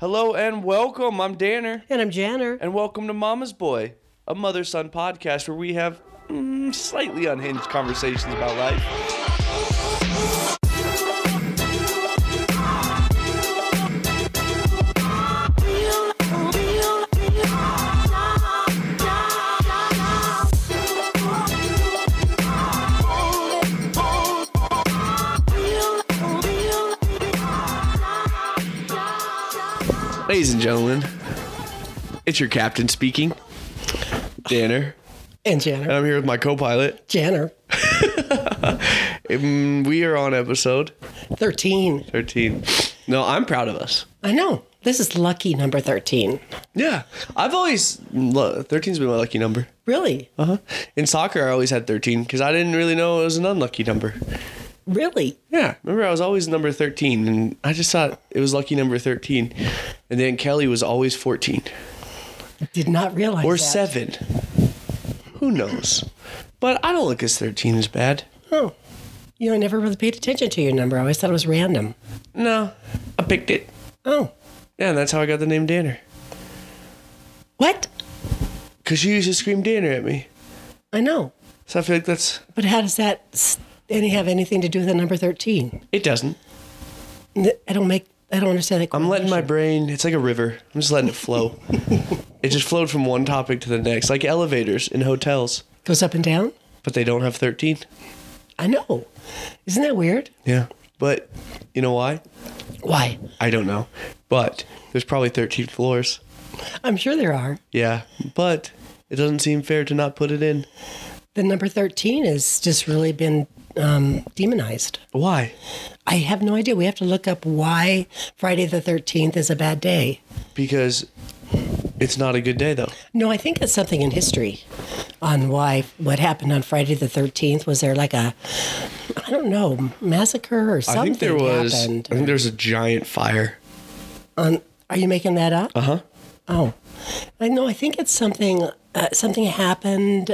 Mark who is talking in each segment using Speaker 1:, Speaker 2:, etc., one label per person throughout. Speaker 1: Hello and welcome. I'm Danner,
Speaker 2: And I'm Janner.
Speaker 1: and welcome to Mama's Boy, a mother son podcast where we have mm, slightly unhinged conversations about life. Ladies and gentlemen, it's your captain speaking, Danner,
Speaker 2: And Janner.
Speaker 1: and I'm here with my co pilot.
Speaker 2: Janner.
Speaker 1: We are on episode
Speaker 2: 13.
Speaker 1: 13. No, I'm proud of us.
Speaker 2: I know. This is lucky number 13.
Speaker 1: Yeah. I've always, 13's been my lucky number.
Speaker 2: Really?
Speaker 1: Uh-huh. In soccer, I always had 13 because I didn't really know it was an unlucky number.
Speaker 2: Really?
Speaker 1: Yeah. Remember, I was always number 13, and I just thought it was lucky number 13. And then Kelly was always 14
Speaker 2: Did not realize
Speaker 1: or 7.
Speaker 2: that.
Speaker 1: Who knows? But I don't look as 13 as bad.
Speaker 2: Oh. You know, I never really paid attention to your number. I always thought it was random.
Speaker 1: No, I picked it.
Speaker 2: Oh.
Speaker 1: Yeah, and that's how I got the name Danner.
Speaker 2: What?
Speaker 1: Because she used to scream Danner at me.
Speaker 2: I know.
Speaker 1: So I feel like that's.
Speaker 2: But how does that s- any have anything to do with the number 13?
Speaker 1: It doesn't.
Speaker 2: N- I don't make, I don't understand that.
Speaker 1: I'm letting my brain, it's like a river. I'm just letting it flow. it just flowed from one topic to the next, like elevators in hotels.
Speaker 2: Goes up and down?
Speaker 1: but they don't have 13.
Speaker 2: I know. Isn't that weird?
Speaker 1: Yeah. But you know why?
Speaker 2: Why?
Speaker 1: I don't know. But there's probably 13 floors.
Speaker 2: I'm sure there are.
Speaker 1: Yeah. But it doesn't seem fair to not put it in.
Speaker 2: The number 13 has just really been um, demonized.
Speaker 1: Why?
Speaker 2: I have no idea. We have to look up why Friday the 13th is a bad day.
Speaker 1: Because it's not a good day, though.
Speaker 2: No, I think it's something in history on why what happened on Friday the 13th. Was there like a, I don't know, massacre or something?
Speaker 1: I think there was.
Speaker 2: Happened.
Speaker 1: I think there was a giant fire.
Speaker 2: On, are you making that up?
Speaker 1: Uh huh.
Speaker 2: Oh, I know. I think it's something. Uh, something happened.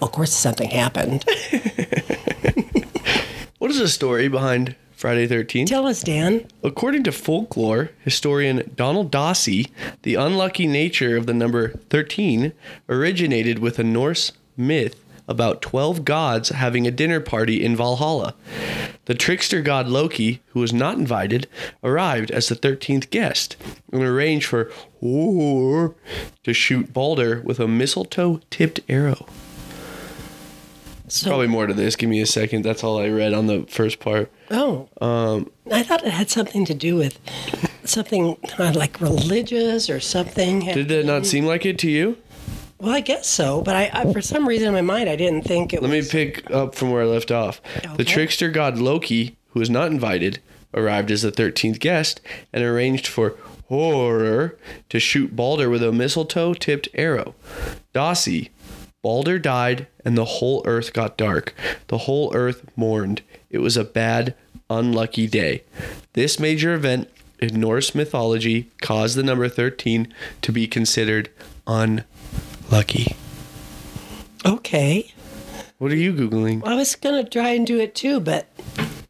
Speaker 2: Of course, something happened.
Speaker 1: What is the story behind Friday 13th?
Speaker 2: Tell us, Dan.
Speaker 1: According to folklore historian Donald Dossey, the unlucky nature of the number 13 originated with a Norse myth about 12 gods having a dinner party in Valhalla. The trickster god Loki, who was not invited, arrived as the 13th guest and arranged for Thor to shoot Balder with a mistletoe tipped arrow.
Speaker 2: So,
Speaker 1: Probably more to this. Give me a second. That's all I read on the first part.
Speaker 2: oh,
Speaker 1: um,
Speaker 2: I thought it had something to do with something uh, like religious or something.
Speaker 1: Did that not seem like it to you?
Speaker 2: Well, I guess so, but I, I for some reason in my mind I didn't think it
Speaker 1: Let me
Speaker 2: was.
Speaker 1: pick up from where I left off. The
Speaker 2: Okay.
Speaker 1: trickster god Loki, who was not invited, arrived as the 13th guest and arranged for Horror to shoot Balder with a mistletoe tipped arrow. Dossie, Balder died and the whole earth got dark. The whole earth mourned. It was a bad, unlucky day. This major event in Norse mythology caused the number 13 to be considered unlucky.
Speaker 2: okay,
Speaker 1: What are you Googling?
Speaker 2: I was gonna try and do it too, but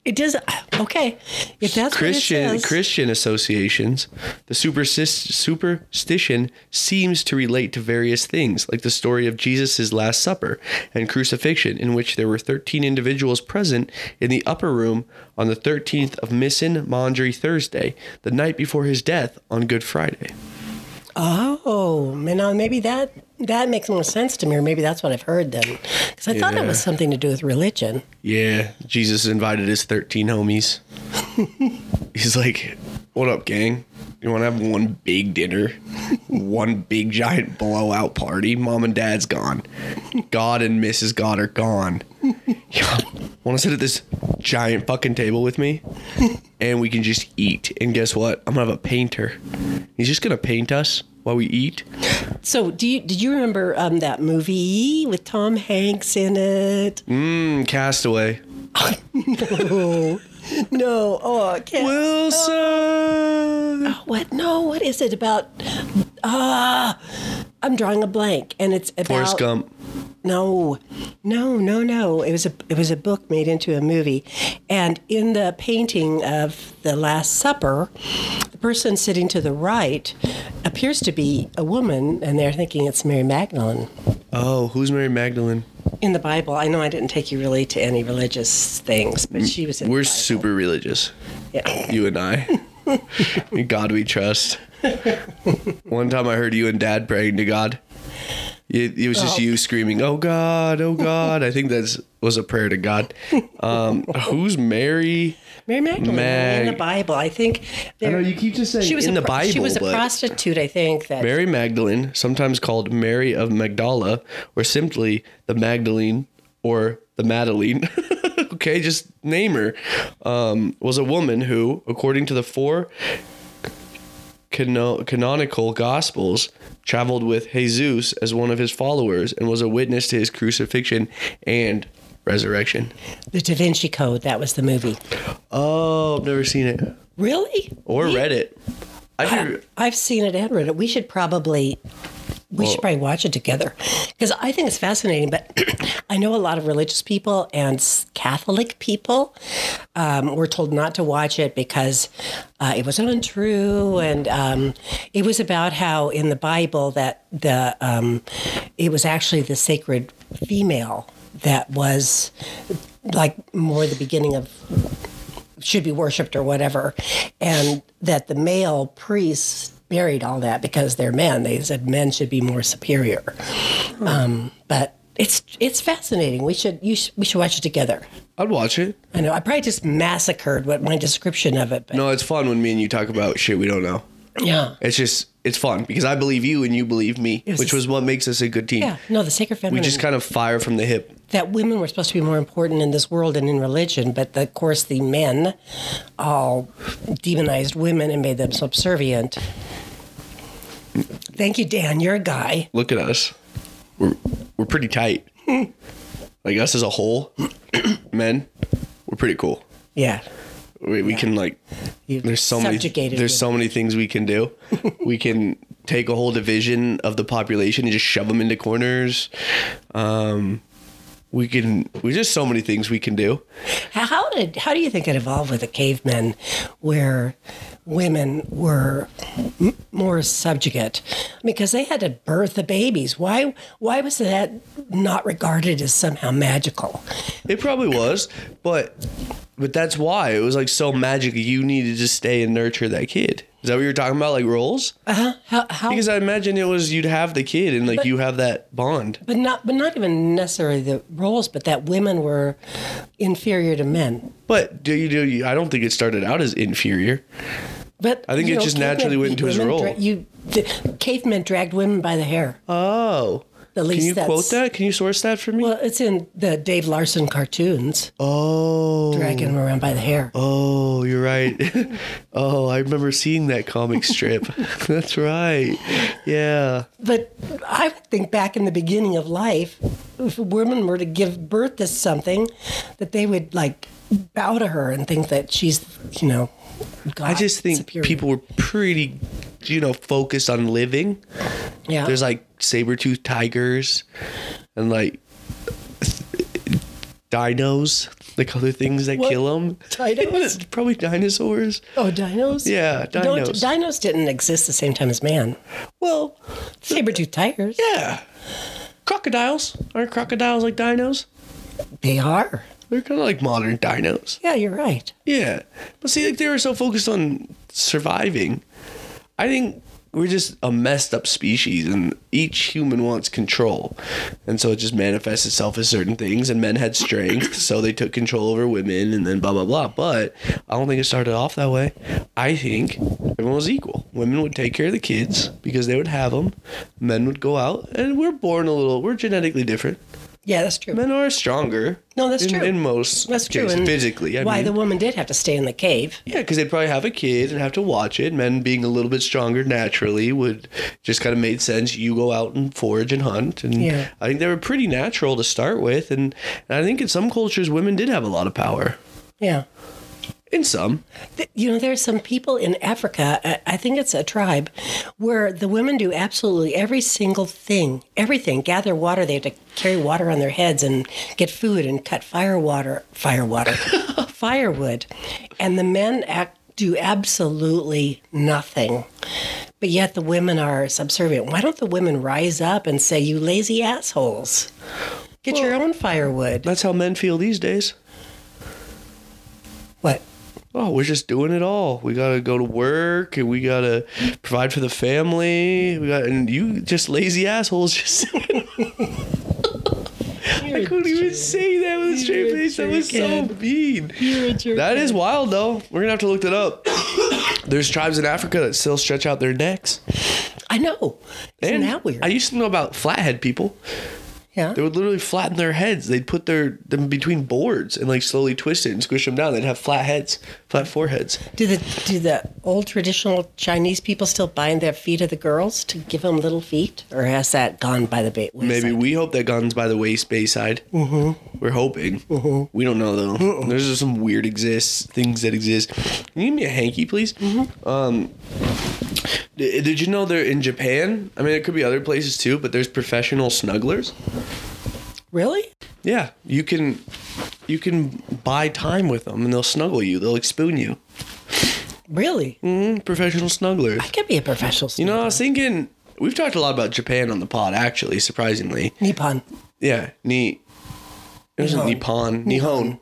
Speaker 2: it does. Okay, if that's
Speaker 1: Christian
Speaker 2: what it says,
Speaker 1: Christian associations, the superstis- superstition seems to relate to various things, like the story of Jesus' Last Supper and crucifixion, in which there were 13 individuals present in the upper room on the 13th of Missin Mondri Thursday, the night before his death on Good Friday.
Speaker 2: oh, man, now maybe that that makes more sense to me, or maybe that's what I've heard then, because I thought it was
Speaker 1: Yeah.
Speaker 2: something to do with religion.
Speaker 1: Yeah, Jesus invited his 13 homies. He's like, What up, gang? You want to have one big dinner? one big giant blowout party? Mom and dad's gone. God and Mrs. God are gone. want to sit at this giant fucking table with me? And we can just eat. And guess what? I'm going to have a painter. He's just going to paint us while we eat.
Speaker 2: So, do you did you remember um, that movie with Tom Hanks in it?
Speaker 1: Mm, Castaway.
Speaker 2: Oh, no, oh, I can't.
Speaker 1: Wilson!
Speaker 2: What? No, what is it about? Ah, I'm drawing a blank, and it's about
Speaker 1: Forrest Gump.
Speaker 2: No, no, no, no. It was a it was a book made into a movie, and in the painting of the Last Supper, the person sitting to the right appears to be a woman, and they're thinking it's Mary Magdalene.
Speaker 1: Oh, who's Mary Magdalene?
Speaker 2: In the Bible, I know I didn't take you really to any religious things, but she was. In the
Speaker 1: Mm, We're
Speaker 2: Bible.
Speaker 1: super religious,
Speaker 2: Yeah.
Speaker 1: you and I. In God we trust. One time I heard you and Dad praying to God. It, it was just you screaming, "Oh God, oh God!" I think that's was a prayer to God. Um, who's Mary?
Speaker 2: Mary Magdalene in
Speaker 1: Mag-
Speaker 2: the Bible. I think
Speaker 1: I know
Speaker 2: there-
Speaker 1: you keep just saying
Speaker 2: she was
Speaker 1: in
Speaker 2: a,
Speaker 1: the
Speaker 2: pro-
Speaker 1: Bible.
Speaker 2: She was a
Speaker 1: but-
Speaker 2: prostitute, I think. That
Speaker 1: Mary Magdalene, sometimes called Mary of Magdala, or simply the Magdalene or the Madeline. okay, just name her. Um, was a woman who, according to the four cano- canonical gospels, traveled with Jesus as one of his followers and was a witness to his crucifixion and resurrection.
Speaker 2: the Da Vinci Code. That was the movie.
Speaker 1: Oh, I've never seen it
Speaker 2: Really?
Speaker 1: or read it. I
Speaker 2: I-
Speaker 1: should,
Speaker 2: I've seen it and read it. We should probably we should probably watch it together because I think it's fascinating. But I know a lot of religious people and s- Catholic people um, were told not to watch it because uh, it was untrue, and um, it was about how in the Bible that the um, it was actually the sacred female that was like more the beginning of should be worshipped or whatever, and that the male priests buried all that because they're men. They said men should be more superior. Um, but it's it's fascinating. We should you sh- we should watch it together.
Speaker 1: I'd watch it.
Speaker 2: I know I probably just massacred what my description of it. But
Speaker 1: No, it's fun when me and you talk about shit we don't know.
Speaker 2: yeah.
Speaker 1: It's just it's fun because I believe you and you believe me,
Speaker 2: was
Speaker 1: which
Speaker 2: a-
Speaker 1: was what makes us a good team.
Speaker 2: Yeah, no, the sacred
Speaker 1: We
Speaker 2: feminine.
Speaker 1: just kind of fire from the hip.
Speaker 2: that women were supposed to be more important in this world and in religion, but the- of course the men all demonized women and made them subservient. Thank you, Dan. You're a guy.
Speaker 1: Look at us. We're we're pretty tight.
Speaker 2: Hmm.
Speaker 1: like us as a whole, men, we're pretty cool.
Speaker 2: Yeah.
Speaker 1: We, we can like
Speaker 2: You've
Speaker 1: there's so many
Speaker 2: subjugated
Speaker 1: there's so many things we can do. we can take a whole division of the population and just shove them into corners. Um we can there's just so many things we can do.
Speaker 2: How, how did how do you think it evolved with the cavemen, where women were m- more subjugate because they had to birth the babies? Why why was that not regarded as somehow magical?
Speaker 1: It probably was, but but that's why it was like so magic. You needed to stay and nurture that kid. Is that what you were talking about, like roles?
Speaker 2: How, how
Speaker 1: Because I imagine it was you'd have the kid and like you have that bond.
Speaker 2: but not but not even necessarily the roles, but that women were inferior to men.
Speaker 1: But do you do? You, I don't think it started out as inferior.
Speaker 2: But
Speaker 1: I think
Speaker 2: you
Speaker 1: it just naturally went into his
Speaker 2: women
Speaker 1: role.
Speaker 2: dra- you the, cavemen dragged women by the hair.
Speaker 1: Oh,
Speaker 2: At
Speaker 1: can
Speaker 2: least
Speaker 1: you quote
Speaker 2: that's-
Speaker 1: that? Can you source that for me?
Speaker 2: well, it's in the Dave Larson cartoons,
Speaker 1: oh,
Speaker 2: dragging them around by the hair.
Speaker 1: oh, you're right. oh, I remember seeing that comic strip. that's right. Yeah.
Speaker 2: But I would think back in the beginning of life, if women were to give birth to something, that they would like bow to her and think that she's, you know, God.
Speaker 1: I just think people were pretty, you know, focused on living.
Speaker 2: Yeah.
Speaker 1: There's like saber tooth tigers and like dinos, like other things that
Speaker 2: What?
Speaker 1: kill 'em. kill them.
Speaker 2: Dinos?
Speaker 1: Probably dinosaurs.
Speaker 2: oh dinos.
Speaker 1: Yeah,
Speaker 2: Don't-
Speaker 1: dinos.
Speaker 2: dinos didn't exist the same time as man.
Speaker 1: Well,
Speaker 2: Saber-toothed tigers.
Speaker 1: yeah. Crocodiles. Aren't crocodiles like dinos?
Speaker 2: They are.
Speaker 1: They're kind of like modern dinos.
Speaker 2: Yeah, you're right.
Speaker 1: Yeah. But see, like they were so focused on surviving. I think we're just a messed up species and each human wants control. And so it just manifests itself as certain things and men had strength, so they took control over women and then blah blah blah. But I don't think it started off that way. I think everyone was equal. Women would take care of the kids because they would have them. Men would go out and we're born a little we're genetically different.
Speaker 2: Yeah, that's true.
Speaker 1: Men are stronger.
Speaker 2: No, that's
Speaker 1: in,
Speaker 2: true.
Speaker 1: In most
Speaker 2: that's true.
Speaker 1: cases,
Speaker 2: and
Speaker 1: physically. I
Speaker 2: why
Speaker 1: mean.
Speaker 2: the woman did have to stay in the cave.
Speaker 1: Yeah, because they'd probably have a kid and have to watch it. Men being a little bit stronger naturally would just kind of made sense. You go out and forage and hunt, and
Speaker 2: Yeah.
Speaker 1: I think they were pretty natural to start with. And, and I think in some cultures, women did have a lot of power.
Speaker 2: Yeah.
Speaker 1: In some,
Speaker 2: Th- You know, there's some people in Africa, I- I think it's a tribe, where the women do absolutely every single thing, everything. Gather water, they have to carry water on their heads and get food and cut fire water, fire water, firewood. And the men act, do absolutely nothing. But yet the women are subservient. Why don't the women rise up and say, you lazy assholes? Get your own firewood.
Speaker 1: that's how men feel these days.
Speaker 2: What?
Speaker 1: Oh, we're just doing it all. We gotta go to work, and we gotta provide for the family. We got, and you just lazy assholes. Just I couldn't even say that with a straight
Speaker 2: You're a
Speaker 1: face. That was so
Speaker 2: jerkhead.
Speaker 1: mean. That is wild, though. We're gonna have to look that up. There's tribes in Africa that still stretch out their necks.
Speaker 2: I know. Isn't
Speaker 1: And
Speaker 2: that weird?
Speaker 1: I used to know about flathead people.
Speaker 2: yeah.
Speaker 1: They would literally flatten their heads. They'd put their them between boards and like slowly twist it and squish them down. They'd have flat heads, flat foreheads.
Speaker 2: Do the do the old traditional Chinese people still bind their feet of the girls to give them little feet, or has that gone by the bait?
Speaker 1: Maybe we hope that guns by the waist bayside. Mm-hmm. We're hoping. We don't know though. There's just some weird exists things that exist. Can you give me a hanky, please? Um, d- did you know they're in Japan? I mean, it could be other places too, but there's professional snugglers.
Speaker 2: really?
Speaker 1: Yeah, you can, you can buy time with them, and they'll snuggle you. They'll like spoon you.
Speaker 2: Really?
Speaker 1: Mm, professional snugglers.
Speaker 2: I could be a professional.
Speaker 1: You know, I was thinking we've talked a lot about Japan on the pod. Actually, surprisingly,
Speaker 2: Nippon.
Speaker 1: Yeah, ni. It was
Speaker 2: Nihon.
Speaker 1: Nippon. Nihon.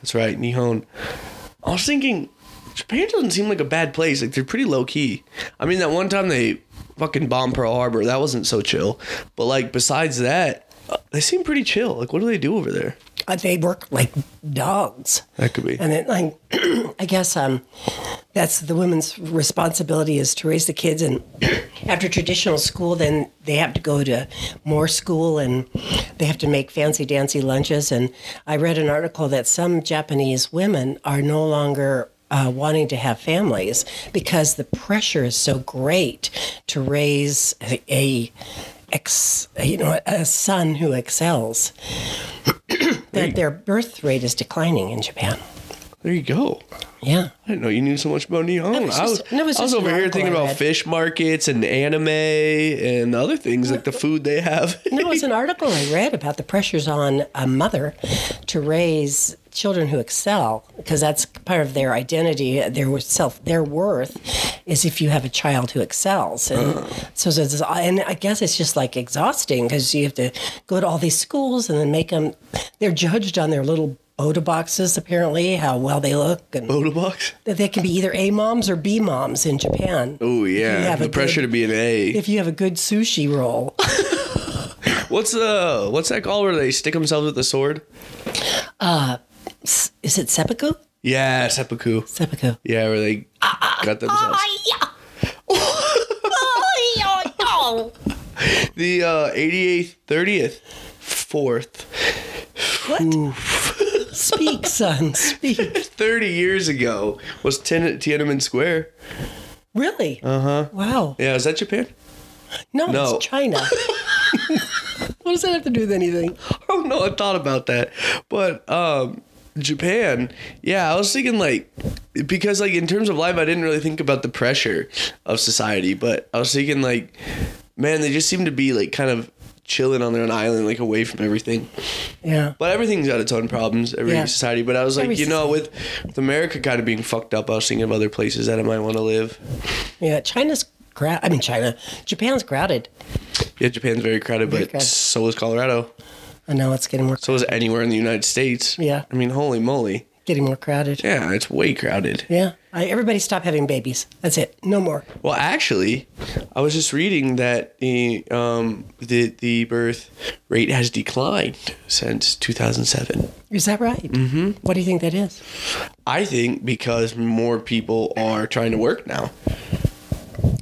Speaker 1: That's right, Nihon. I was thinking, Japan doesn't seem like a bad place. Like they're pretty low key. I mean, that one time they fucking bombed Pearl Harbor, that wasn't so chill. But like besides that, uh, they seem pretty chill. Like what do they do over there?
Speaker 2: Uh, they work like dogs.
Speaker 1: That could be.
Speaker 2: And then, like, I guess um, that's the women's responsibility is to raise the kids. And after traditional school, then they have to go to more school and they have to make fancy dancy lunches. And I read an article that some Japanese women are no longer. Uh, wanting to have families because the pressure is so great to raise a, a ex, you know, a son who excels that their birth rate is declining in Japan.
Speaker 1: There you go.
Speaker 2: Yeah.
Speaker 1: I didn't know you knew so much about Nihon.
Speaker 2: was
Speaker 1: I
Speaker 2: just-
Speaker 1: was,
Speaker 2: that was
Speaker 1: I was
Speaker 2: just an
Speaker 1: over here
Speaker 2: article
Speaker 1: thinking
Speaker 2: I
Speaker 1: about
Speaker 2: read.
Speaker 1: fish markets and anime and other things like the food they have.
Speaker 2: There was an article I read about the pressures on a mother to raise children who excel because that's part of their identity, their self, their worth is if you have a child who excels. And so, so it's- and I guess it's just like exhausting because you have to go to all these schools and then make them. They're judged on their little Boda boxes apparently, how well they look, and
Speaker 1: Boda box.
Speaker 2: that they can be either A moms or B moms in Japan.
Speaker 1: Oh yeah,
Speaker 2: have a
Speaker 1: the pressure
Speaker 2: good-
Speaker 1: to be an A.
Speaker 2: If you have a good sushi roll.
Speaker 1: What's uh what's that called where they stick themselves with the sword?
Speaker 2: Is it seppuku?
Speaker 1: Yeah, seppuku.
Speaker 2: Seppuku.
Speaker 1: Yeah, where they cut themselves. The uh 88th, 30th, 4th,
Speaker 2: What? speak, son, speak.
Speaker 1: 30 years ago was Tien- Tiananmen Square.
Speaker 2: Really? Uh huh. Wow.
Speaker 1: Yeah, is that Japan?
Speaker 2: No,
Speaker 1: Uh-huh. No.
Speaker 2: it's China. what does that have to do with anything?
Speaker 1: Oh no, I thought about that. But um Japan, yeah, I was thinking like because like in terms of life I didn't really think about the pressure of society, but I was thinking like man, they just seem to be like kind of chilling on their own island like away from everything.
Speaker 2: Yeah.
Speaker 1: But everything's got its own problems, every
Speaker 2: Yeah.
Speaker 1: society. But I was like,
Speaker 2: Every
Speaker 1: you know, with, with America kind of being fucked up, I was thinking of other places that I might want to live.
Speaker 2: Yeah. China's crowded. I mean, China. Japan's crowded.
Speaker 1: Yeah, Japan's very crowded, but
Speaker 2: crowded.
Speaker 1: so is Colorado.
Speaker 2: I know it's getting more
Speaker 1: So is anywhere in the United States.
Speaker 2: Yeah.
Speaker 1: I mean, holy moly.
Speaker 2: getting more crowded.
Speaker 1: Yeah, it's way crowded.
Speaker 2: Yeah. I, everybody stop having babies. That's it. No more.
Speaker 1: Well, actually, I was just reading that the um, the the birth rate has declined since 2007.
Speaker 2: Is that right? Mm-hmm. What do you think that is?
Speaker 1: I think because more people are trying to work now.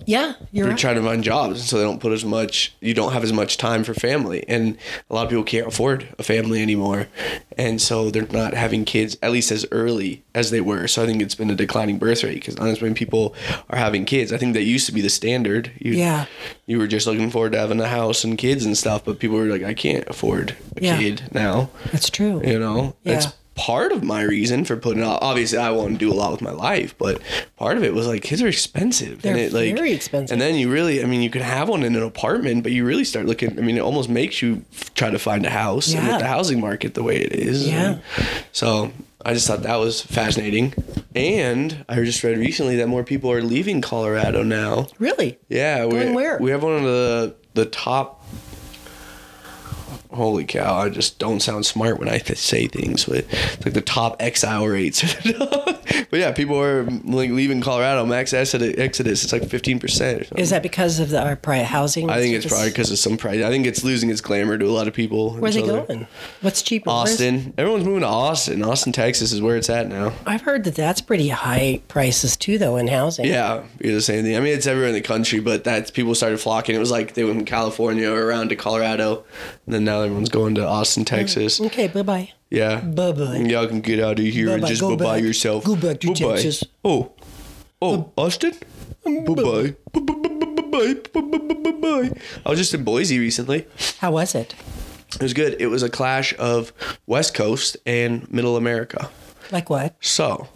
Speaker 2: Yeah, you're
Speaker 1: they're
Speaker 2: right.
Speaker 1: trying to find jobs, so they don't put as much. You don't have as much time for family, and a lot of people can't afford a family anymore, and so they're not having kids at least as early as they were. So I think it's been a declining birth rate because honestly, when people are having kids, I think that used to be the standard. You,
Speaker 2: Yeah.
Speaker 1: you were just looking forward to having a house and kids and stuff, but people were like, I can't afford a
Speaker 2: Yeah.
Speaker 1: kid now.
Speaker 2: That's true.
Speaker 1: You know, it's
Speaker 2: Yeah.
Speaker 1: part of my reason for putting off. Obviously, I want to do a lot with my life, but part of it was like kids are expensive.
Speaker 2: They're
Speaker 1: it, like,
Speaker 2: very expensive.
Speaker 1: And then you really, I mean, you can have one in an apartment, but you really start looking. I mean, it almost makes you f- try to find a house and
Speaker 2: Yeah.
Speaker 1: with the housing market the way it is.
Speaker 2: Yeah.
Speaker 1: and so I just thought that was fascinating, and I just read recently that more people are leaving Colorado now.
Speaker 2: Really?
Speaker 1: Yeah, we,
Speaker 2: Going where?
Speaker 1: we have one of the the top. Holy cow! I just don't sound smart when I th- say things, but it's like the top exile rates. but yeah, people are like leaving Colorado. Max exodus, exodus it's like fifteen percent.
Speaker 2: Is that because of the, our prior housing?
Speaker 1: I think it's probably because of some price. I think it's losing its glamour to a lot of people.
Speaker 2: Where are they
Speaker 1: So they're-
Speaker 2: going? What's cheaper? Where's-
Speaker 1: Austin. Everyone's moving to Austin. Austin, Texas is where it's at now.
Speaker 2: I've heard that that's pretty high prices too, though, in housing.
Speaker 1: Yeah, you're the same thing. I mean, it's everywhere in the country, but that's people started flocking. It was like they went from California around to Colorado, and then now everyone's going to Austin, Texas.
Speaker 2: Okay, bye bye.
Speaker 1: Yeah,
Speaker 2: Mm. Bye-bye.
Speaker 1: Y'all can get out of here and
Speaker 2: Bye-bye.
Speaker 1: just
Speaker 2: Go
Speaker 1: bye bye
Speaker 2: back.
Speaker 1: yourself.
Speaker 2: Go back to
Speaker 1: Bye-bye.
Speaker 2: Texas. Um,
Speaker 1: Oh, oh, Austin. Bye bye. Bye bye. Bye bye. I was just in Boise recently.
Speaker 2: How was it?
Speaker 1: It was good. It was a clash of West Coast and Middle America.
Speaker 2: Like what?
Speaker 1: So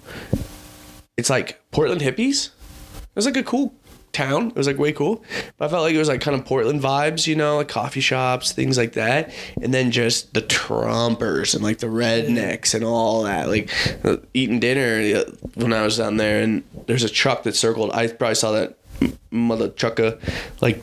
Speaker 1: it's like Portland hippies. It was like a cool town. It was like way cool. But I felt like it was like kind of Portland vibes, you know, like coffee shops, things like that. And then just the Trumpers and like the rednecks and all that. Like uh, eating dinner uh, when I was down there, and there's a truck that circled. I probably saw that m- mother trucker like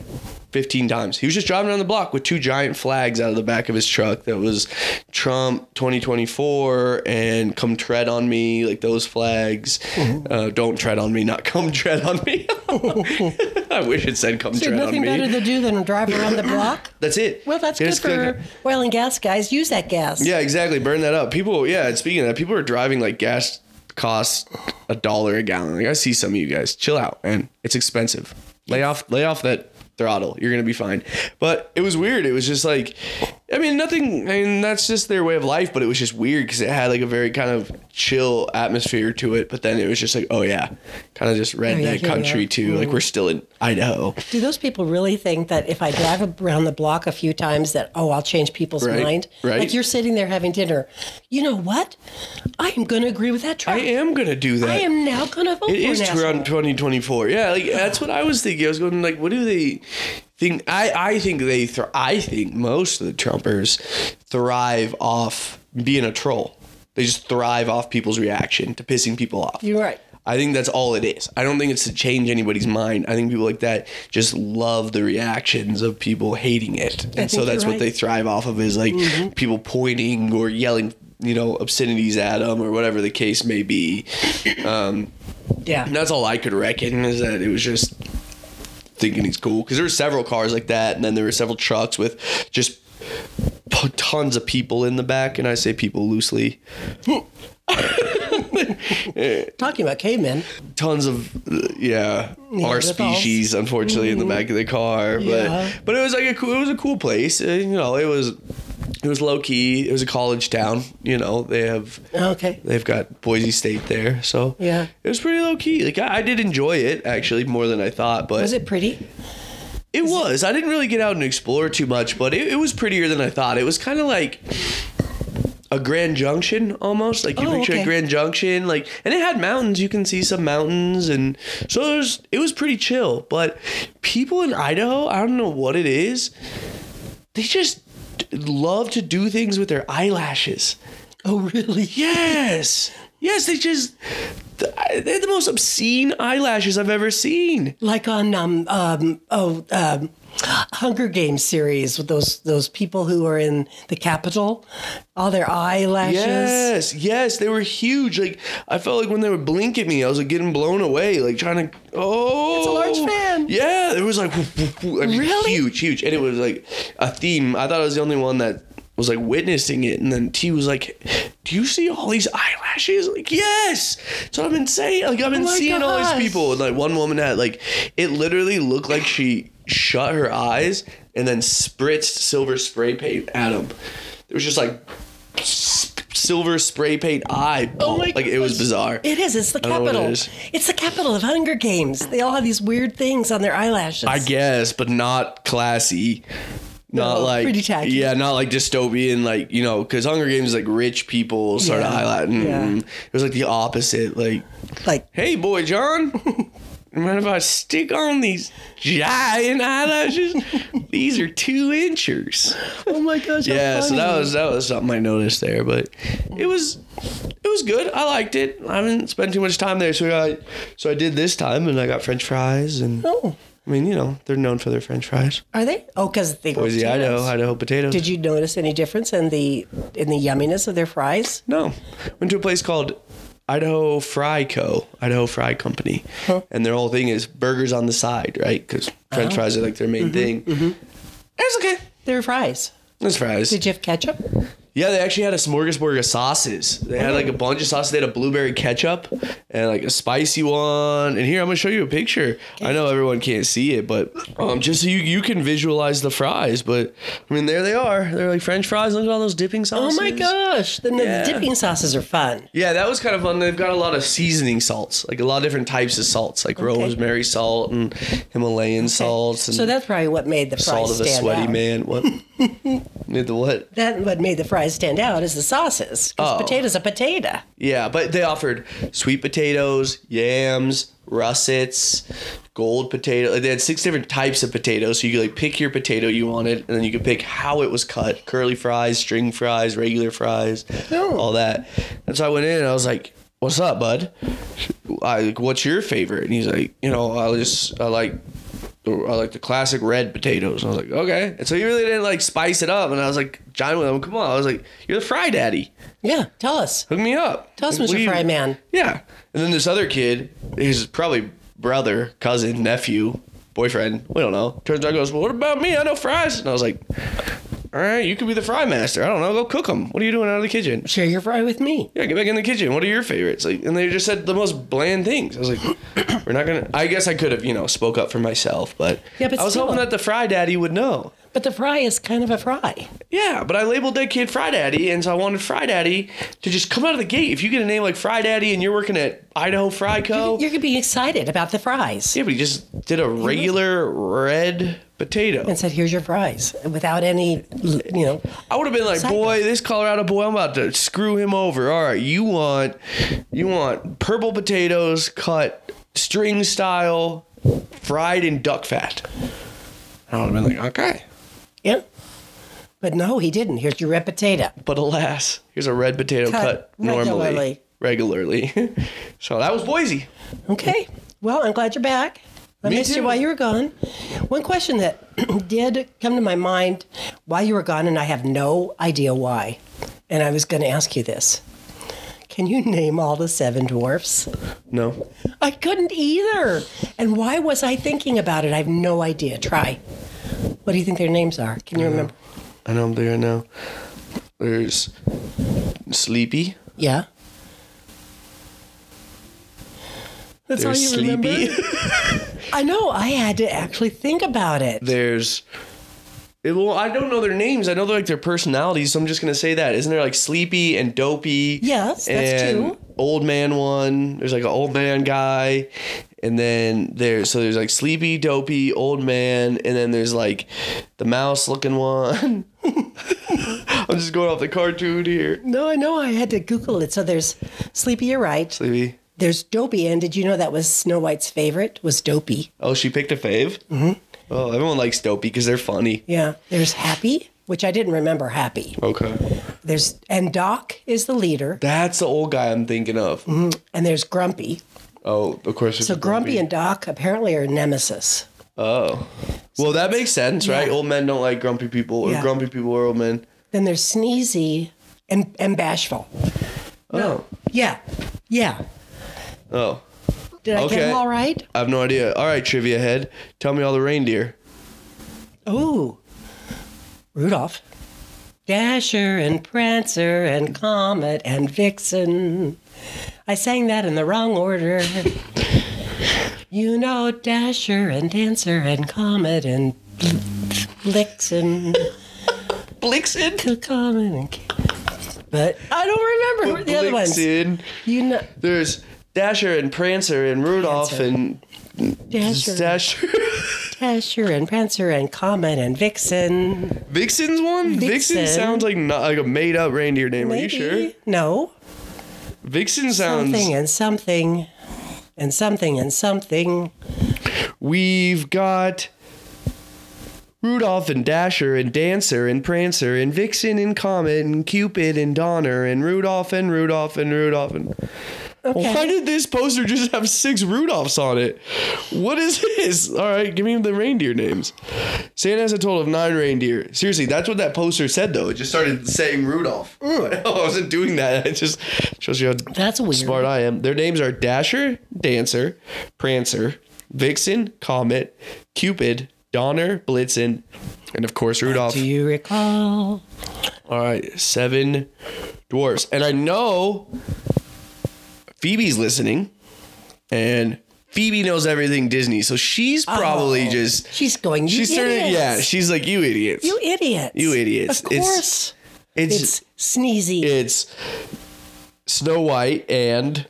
Speaker 1: 15 times. He was just driving down the block with two giant flags out of the back of his truck that was Trump 2024 and come tread on me, like those flags.
Speaker 2: Mm-hmm.
Speaker 1: Uh, don't tread on me, not come tread on me. I wish it said come
Speaker 2: There's
Speaker 1: tread on
Speaker 2: nothing better
Speaker 1: me.
Speaker 2: to do than drive around the block.
Speaker 1: That's it.
Speaker 2: Well, that's
Speaker 1: Just
Speaker 2: good for oil and gas guys. Use that gas.
Speaker 1: Yeah, exactly. Burn that up. People, yeah, and speaking of that, people are driving like gas costs a dollar a gallon. Like I see some of you guys. Chill out, man. It's expensive. Lay off lay off that throttle. You're gonna be fine. But it was weird. It was just like I mean, nothing I mean that's just their way of life, but it was just weird because it had like a very kind of chill atmosphere to it. But then it was just like, oh yeah. Kind of just redneck
Speaker 2: Oh, yeah,
Speaker 1: that
Speaker 2: here we
Speaker 1: country
Speaker 2: are.
Speaker 1: too. Like we're still in Idaho.
Speaker 2: Do those people really think that if I drive around the block a few times that oh I'll change people's
Speaker 1: Right,
Speaker 2: mind?
Speaker 1: right.
Speaker 2: Like you're sitting there having dinner. You know what? I am going to agree with that truck.
Speaker 1: I am gonna do that.
Speaker 2: I am now going to vote
Speaker 1: It
Speaker 2: for
Speaker 1: is
Speaker 2: an asshole.
Speaker 1: around 2024. Yeah, like that's what I was thinking. I was going like, what do they think? I I think they thr I think most of the Trumpers thrive off being a troll. They just thrive off people's reaction to pissing people off.
Speaker 2: You're right.
Speaker 1: I think that's all it is. I don't think it's to change anybody's mind. I think people like that just love the reactions of people hating it. And so that's
Speaker 2: think you're
Speaker 1: what
Speaker 2: right. Mm-hmm.
Speaker 1: they thrive off of is like people pointing or yelling, you know, obscenities at them or whatever the case may be.
Speaker 2: Yeah.
Speaker 1: And that's all I could reckon is that it was just thinking he's cool because there were several cars like that, and then there were several trucks with just p- tons of people in the back, and I say people loosely,
Speaker 2: Talking about cavemen.
Speaker 1: tons of uh, yeah, our
Speaker 2: that's all.
Speaker 1: species unfortunately in the back of the car,
Speaker 2: Mm-hmm. Yeah.
Speaker 1: but but it was like a cool, it was a cool place, Uh, you know, it was. It was low key. It was a college town. You know, they have
Speaker 2: Okay.
Speaker 1: They've got Boise State there, so
Speaker 2: Yeah.
Speaker 1: it was pretty low key. Like I, I did enjoy it actually more than I thought, but
Speaker 2: Was it pretty?
Speaker 1: it was. I didn't really get out and explore too much, but it, it was prettier than I thought. It was kind of like a Grand Junction almost, like you
Speaker 2: Oh,
Speaker 1: picture
Speaker 2: okay.
Speaker 1: a Grand Junction, like, and it had mountains. You can see some mountains, and so it was, it was pretty chill. But people in Idaho, I don't know what it is, they just love to do things with their eyelashes.
Speaker 2: Oh really?
Speaker 1: Yes. Yes, they just th- I- they had the most obscene eyelashes I've ever seen.
Speaker 2: Like on um um oh um Hunger Games series with those those people who are in the Capitol, all their eyelashes.
Speaker 1: Yes, yes, they were huge. Like I felt like when they would blink at me, I was like getting blown away, like trying to. Oh, it's
Speaker 2: a large fan.
Speaker 1: Yeah, it was like, I mean,
Speaker 2: Really?
Speaker 1: huge, huge, and it was like a theme. I thought I was the only one that was like witnessing it, and then T was like, "Do you see all these eyelashes?" Like, yes. So I've been saying, like, I've been
Speaker 2: Oh my
Speaker 1: seeing all
Speaker 2: gosh.
Speaker 1: these people, and like one woman had like, it literally looked like she shut her eyes and then spritzed silver spray paint at them. It was just like silver spray paint eye.
Speaker 2: Oh my
Speaker 1: like it was
Speaker 2: gosh.
Speaker 1: bizarre.
Speaker 2: Oh, It is. It's the
Speaker 1: don't know what it
Speaker 2: capital.
Speaker 1: is.
Speaker 2: It's the capital of Hunger Games. They all have these weird things on their eyelashes.
Speaker 1: I guess, but not classy. Not
Speaker 2: Oh,
Speaker 1: like
Speaker 2: pretty tacky.
Speaker 1: Yeah, not like dystopian, like you know, because Hunger Games is like rich people sort of
Speaker 2: Yeah,
Speaker 1: highlighting.
Speaker 2: yeah.
Speaker 1: It was like the opposite. Like,
Speaker 2: Like
Speaker 1: hey, boy, John, mind if I stick on these giant eyelashes? these are two inchers.
Speaker 2: oh my gosh. how
Speaker 1: Yeah, so
Speaker 2: funny.
Speaker 1: that was that was something I noticed there, but it was it was good. I liked it. I didn't spend too much time there, so I so I did this time, and I got French fries, and
Speaker 2: Oh,
Speaker 1: I mean, you know, they're known for their French fries.
Speaker 2: are they? Oh, because they were
Speaker 1: Boise,
Speaker 2: potatoes.
Speaker 1: Idaho, Idaho potatoes.
Speaker 2: Did you notice any difference in the in the yumminess of their fries?
Speaker 1: No, went to a place called Idaho Fry Co. Idaho Fry Company, and their whole thing is burgers on the side, right? Because
Speaker 2: Uh-huh.
Speaker 1: French fries are like their
Speaker 2: Mm-hmm.
Speaker 1: main thing. It's okay.
Speaker 2: They were fries.
Speaker 1: It's fries.
Speaker 2: Did you have ketchup?
Speaker 1: Yeah, they actually had a smorgasbord of sauces. They had like a bunch of sauces. They had a blueberry ketchup and like a spicy one. And here, I'm gonna show you a picture. I know everyone can't see it, but um, just so you, you can visualize the fries. But I mean, there they are. They're like French fries. Look at all those dipping
Speaker 2: Oh
Speaker 1: sauces.
Speaker 2: my gosh! Then the
Speaker 1: Yeah.
Speaker 2: dipping sauces are fun.
Speaker 1: Yeah, that was kind of fun. They've got a lot of seasoning salts, like a lot of different types of salts, like rosemary salt and Himalayan salts and
Speaker 2: So that's probably what made the fries
Speaker 1: salt of a
Speaker 2: stand
Speaker 1: sweaty
Speaker 2: out.
Speaker 1: man. What? Did the what?
Speaker 2: That what made the fries stand out is the sauces. Because
Speaker 1: Oh.
Speaker 2: potato's a potato.
Speaker 1: Yeah, but they offered sweet potatoes, yams, russets, gold potato. They had six different types of potatoes, so you could like pick your potato you wanted, and then you could pick how it was cut: curly fries, string fries, regular fries,
Speaker 2: Oh.
Speaker 1: all that. And so I went in and I was like, "What's up, bud? I, like, what's your favorite?" And he's like, "You know, I just I like." I like the classic red potatoes. And I was like, okay. And so he really didn't like spice it up. And I was like, John, William, come on. I was like, you're the fry daddy
Speaker 2: Yeah, tell us.
Speaker 1: hook me up.
Speaker 2: Tell us,
Speaker 1: Like,
Speaker 2: Mr.
Speaker 1: what do you-
Speaker 2: Fry Man.
Speaker 1: Yeah. And then this other kid, his probably brother, cousin, nephew, boyfriend, we don't know. Turns out goes, well, what about me? I know fries. And I was like, all right, you could be the fry master. I don't know. Go cook them. What are you doing out of the kitchen?
Speaker 2: Share your fry with me.
Speaker 1: Yeah, get back in the kitchen. What are your favorites? Like, and they just said the most bland things. I was like, we're not gonna. I guess I could have, you know, spoke up for myself, but,
Speaker 2: Yeah, but
Speaker 1: I was
Speaker 2: still.
Speaker 1: hoping that the fry daddy would know.
Speaker 2: But the fry is kind of a fry.
Speaker 1: Yeah, but I labeled that kid Fry Daddy, and so I wanted Fry Daddy to just come out of the gate. If you get a name like Fry Daddy and you're working at Idaho Fry Co.
Speaker 2: You're gonna be excited about the fries.
Speaker 1: Yeah, but he just did a regular red potato.
Speaker 2: And said, "Here's your fries," without any, you know,
Speaker 1: I would have been like,
Speaker 2: Exactly.
Speaker 1: boy, this Colorado boy, I'm about to screw him over. All right, you want you want purple potatoes cut string style, fried in duck fat. I would have been like, okay.
Speaker 2: yeah. But no, he didn't. Here's your red potato.
Speaker 1: But alas, here's a red potato
Speaker 2: Cut
Speaker 1: cut, normally. Regularly. so that was Boise.
Speaker 2: Okay. Well, I'm glad you're back. I
Speaker 1: Me
Speaker 2: missed you
Speaker 1: too.
Speaker 2: while you were gone. One question that did come to my mind while you were gone, and I have no idea why. And I was going to ask you this. Can you name all the seven dwarfs?
Speaker 1: No.
Speaker 2: I couldn't either. And why was I thinking about it? I have no idea. Try. What do you think their names are? Can
Speaker 1: Uh,
Speaker 2: you remember?
Speaker 1: I know I'm there now. There's Sleepy.
Speaker 2: Yeah. That's all
Speaker 1: There's
Speaker 2: you
Speaker 1: Sleepy.
Speaker 2: remember. I know. I had to actually think about it.
Speaker 1: There's. it- well, I don't know their names. I know they're like their personalities, so I'm just gonna say that. Isn't there like Sleepy and Dopey?
Speaker 2: Yes, that's
Speaker 1: and
Speaker 2: two.
Speaker 1: Old man one. There's like an old man guy, and then there's so there's like Sleepy, Dopey, Old Man, and then there's like the mouse looking one. I'm just going off the cartoon here.
Speaker 2: No, I know. I had to Google it. So there's Sleepy, you're right.
Speaker 1: Sleepy.
Speaker 2: There's Dopey. And did you know that was Snow White's favorite? Was Dopey.
Speaker 1: Oh, she picked a fave. Mm-hmm. Oh, everyone likes Dopey because they're funny.
Speaker 2: Yeah. There's Happy, which I didn't remember Happy.
Speaker 1: Okay.
Speaker 2: There's and Doc is the leader.
Speaker 1: That's the old guy I'm thinking of.
Speaker 2: And there's Grumpy.
Speaker 1: Oh, of course.
Speaker 2: So Grumpy and Doc apparently are nemesis.
Speaker 1: oh, well, that makes sense, right?
Speaker 2: Yeah.
Speaker 1: Old men don't like grumpy people, or
Speaker 2: Yeah.
Speaker 1: grumpy people are old men.
Speaker 2: Then there's Sneezy and, and Bashful.
Speaker 1: Oh,
Speaker 2: Yeah. Yeah.
Speaker 1: oh,
Speaker 2: Did I get
Speaker 1: Okay.
Speaker 2: them all right?
Speaker 1: I have no idea. All right, trivia head, tell me all the reindeer.
Speaker 2: Ooh. Rudolph. Dasher and Prancer and Comet and Vixen. I sang that in the wrong order. you know Dasher and Dancer and Comet and Blixen.
Speaker 1: Blixen.
Speaker 2: Comet and But I don't remember the other ones.
Speaker 1: Blixen.
Speaker 2: You know
Speaker 1: There's Dasher and Prancer and Rudolph
Speaker 2: Prancer.
Speaker 1: and
Speaker 2: Dasher,
Speaker 1: Dasher.
Speaker 2: Dasher, and Prancer, and Comet, and Vixen.
Speaker 1: Vixen's one? Vixen,
Speaker 2: Vixen.
Speaker 1: sound sounds like not like a made up reindeer name. Are you sure?
Speaker 2: No.
Speaker 1: Vixen sounds.
Speaker 2: Something and something, and something and something.
Speaker 1: We've got Rudolph and Dasher and Dancer and Prancer and Vixen and Comet and Cupid and Donner and Rudolph and Rudolph and Rudolph and. Why did this poster just have six Rudolphs on it? What is this? All right, give me the reindeer names. Santa has a total of nine reindeer. Seriously, that's what that poster said though. It just started saying Rudolph. I wasn't doing that. It just shows you how
Speaker 2: That's weird.
Speaker 1: smart I am. Their names are Dasher, Dancer, Prancer, Vixen, Comet, Cupid, Donner, Blitzen, and of course Rudolph.
Speaker 2: Do you recall?
Speaker 1: All right, seven dwarfs. And I know Phoebe's listening, and Phoebe knows everything Disney, so she's probably
Speaker 2: Oh,
Speaker 1: just
Speaker 2: She's going. You
Speaker 1: she's turning.
Speaker 2: idiots.
Speaker 1: Yeah, she's like you idiots.
Speaker 2: you idiots.
Speaker 1: You idiots.
Speaker 2: Of
Speaker 1: It's-
Speaker 2: course.
Speaker 1: it's
Speaker 2: It's, sneezy.
Speaker 1: it's Snow White and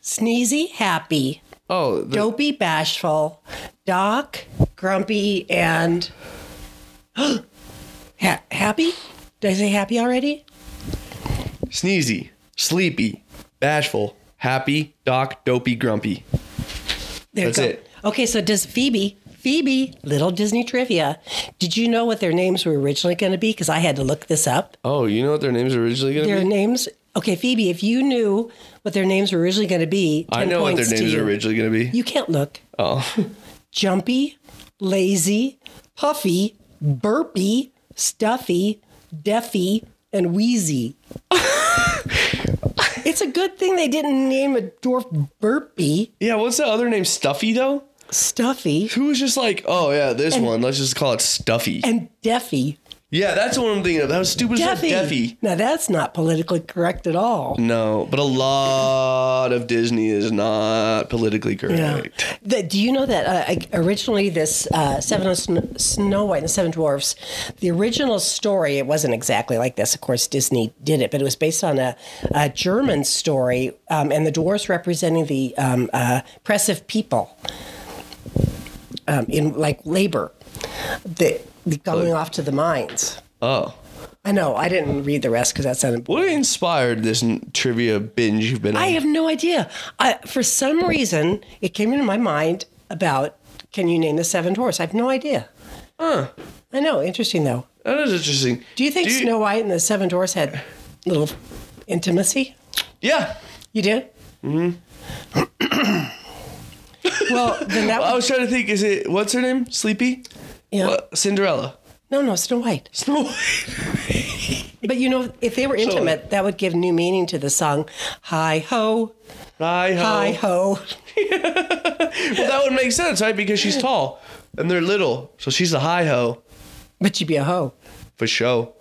Speaker 2: sneezy, happy,
Speaker 1: oh the,
Speaker 2: dopey, bashful, doc, grumpy, and ha- happy. Did I say happy already?
Speaker 1: sneezy, sleepy, bashful, happy, doc, dopey, grumpy.
Speaker 2: There
Speaker 1: That's
Speaker 2: you go.
Speaker 1: it.
Speaker 2: Okay, so does Phoebe, Phoebe, little Disney trivia. Did you know what their names were originally going to be? Because I had to look this up.
Speaker 1: Oh, you know what their names are originally gonna
Speaker 2: Their
Speaker 1: be?
Speaker 2: names. Okay, Phoebe, if you knew what their names were originally going to be, 10
Speaker 1: I know what their
Speaker 2: points to
Speaker 1: names
Speaker 2: you.
Speaker 1: are originally gonna be.
Speaker 2: You can't look.
Speaker 1: oh.
Speaker 2: Jumpy, lazy, puffy, burpy, stuffy, deafy, and wheezy. it's a good thing they didn't name a dwarf burpy,
Speaker 1: Yeah, what's that other name? Stuffy though?
Speaker 2: stuffy,
Speaker 1: Who was just like, oh yeah, this one. Let's just call it Stuffy.
Speaker 2: and deafy.
Speaker 1: yeah, that's the one I'm thinking of. That was stupid. as
Speaker 2: Deffy.
Speaker 1: Deafy. Deffy.
Speaker 2: Now that's not politically correct at all.
Speaker 1: No, but a lot of Disney is not politically
Speaker 2: Yeah.
Speaker 1: correct.
Speaker 2: The- do you know that uh, I- originally this uh, Seven of Sn- Snow White and the Seven Dwarfs, the original story, it wasn't exactly like this. Of course, Disney did it, but it was based on a, a German story um, and the dwarfs representing the um, uh, oppressive people um, in like labor, the, the going off to the mines.
Speaker 1: Oh,
Speaker 2: I know. I didn't read the rest because that sounded
Speaker 1: what inspired this n- trivia binge you've been on?
Speaker 2: I have no idea. I, for some reason, it came into my mind about can you name the seven dwarfs? I have no idea. I know. Interesting though.
Speaker 1: that is interesting.
Speaker 2: Do you think Snow White and the Seven Dwarfs had little intimacy?
Speaker 1: Yeah,
Speaker 2: You do. Mm-hmm. well, then that.
Speaker 1: I was trying to think. Is it what's her name? Sleepy?
Speaker 2: yeah.
Speaker 1: What? Cinderella.
Speaker 2: No, no, Snow White.
Speaker 1: Snow. White.
Speaker 2: But you know, if they were intimate, that would give new meaning to the song "Hi Ho,
Speaker 1: Hi ho.
Speaker 2: Hi Ho."
Speaker 1: Well, that would make sense, right? Because she's tall and they're little, so she's a hi ho
Speaker 2: But you'd be a hoe.
Speaker 1: for show.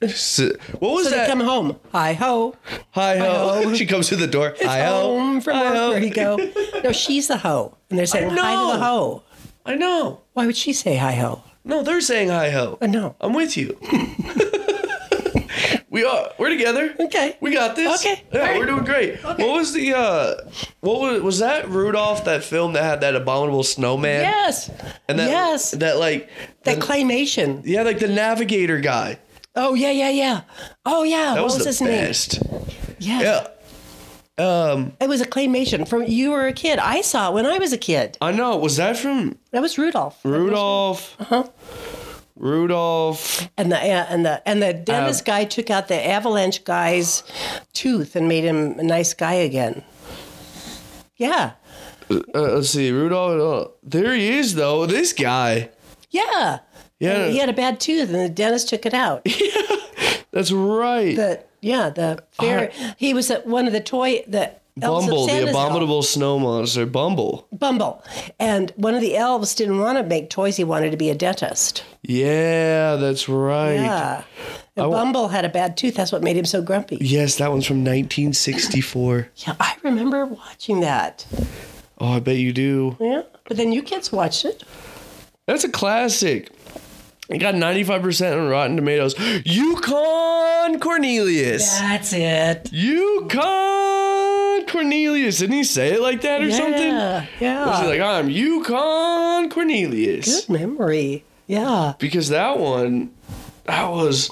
Speaker 1: S- What was
Speaker 2: So
Speaker 1: that?
Speaker 2: they come home. Hi ho.
Speaker 1: Hi ho.
Speaker 2: Hi-ho.
Speaker 1: She comes to the door. Hi ho.
Speaker 2: home from work.
Speaker 1: Hi-ho.
Speaker 2: Where he go? No, she's the hoe, and they're saying hi
Speaker 1: know.
Speaker 2: to the hoe.
Speaker 1: I know.
Speaker 2: Why would she say hi ho?
Speaker 1: No, they're saying hi ho.
Speaker 2: I know.
Speaker 1: I'm with you. we are. We're together.
Speaker 2: Okay.
Speaker 1: We got this.
Speaker 2: Okay.
Speaker 1: Yeah,
Speaker 2: All right.
Speaker 1: we're doing great.
Speaker 2: Okay.
Speaker 1: What was the uh what was was that Rudolph that film that had that abominable snowman?
Speaker 2: Yes.
Speaker 1: And that
Speaker 2: yes. That,
Speaker 1: that like the-
Speaker 2: claymation.
Speaker 1: yeah, like the navigator guy.
Speaker 2: Oh yeah, yeah, yeah. Oh yeah.
Speaker 1: That
Speaker 2: what
Speaker 1: was,
Speaker 2: was,
Speaker 1: the
Speaker 2: his
Speaker 1: best.
Speaker 2: name? Yes.
Speaker 1: Yeah.
Speaker 2: It was a claymation from you were a kid. I saw it when I was a kid.
Speaker 1: I know. Was that from
Speaker 2: That was Rudolph.
Speaker 1: Rudolph? Uh-huh. Rudolph. uh,
Speaker 2: And the and the and the dentist guy took out the avalanche guy's tooth and made him a nice guy again. Yeah.
Speaker 1: Uh, let's see. Rudolph. uh, there he is though. This guy.
Speaker 2: Yeah.
Speaker 1: Yeah.
Speaker 2: He had a bad tooth and the dentist took it out.
Speaker 1: That's right.
Speaker 2: the yeah the fairy. he was at one of the toy the elves
Speaker 1: Uh-huh.
Speaker 2: of
Speaker 1: Bumble, the
Speaker 2: Santa's house.
Speaker 1: abominable snow monster. Bumble.
Speaker 2: Bumble, and one of the elves didn't want to make toys. He wanted to be a dentist.
Speaker 1: Yeah, that's right.
Speaker 2: Yeah, and Bumble had a bad tooth. That's what made him so grumpy.
Speaker 1: Yes, that one's from 1964.
Speaker 2: Yeah, I remember watching that.
Speaker 1: Oh, I bet you do.
Speaker 2: Yeah, but then you kids watched it.
Speaker 1: That's a classic. It got 95% on Rotten Tomatoes. Yukon Cornelius.
Speaker 2: That's it.
Speaker 1: Yukon Cornelius. Didn't he say it like that or something?
Speaker 2: Yeah. Yeah.
Speaker 1: Was he like, I'm Yukon Cornelius?
Speaker 2: Good memory. Yeah.
Speaker 1: Because that one, that was.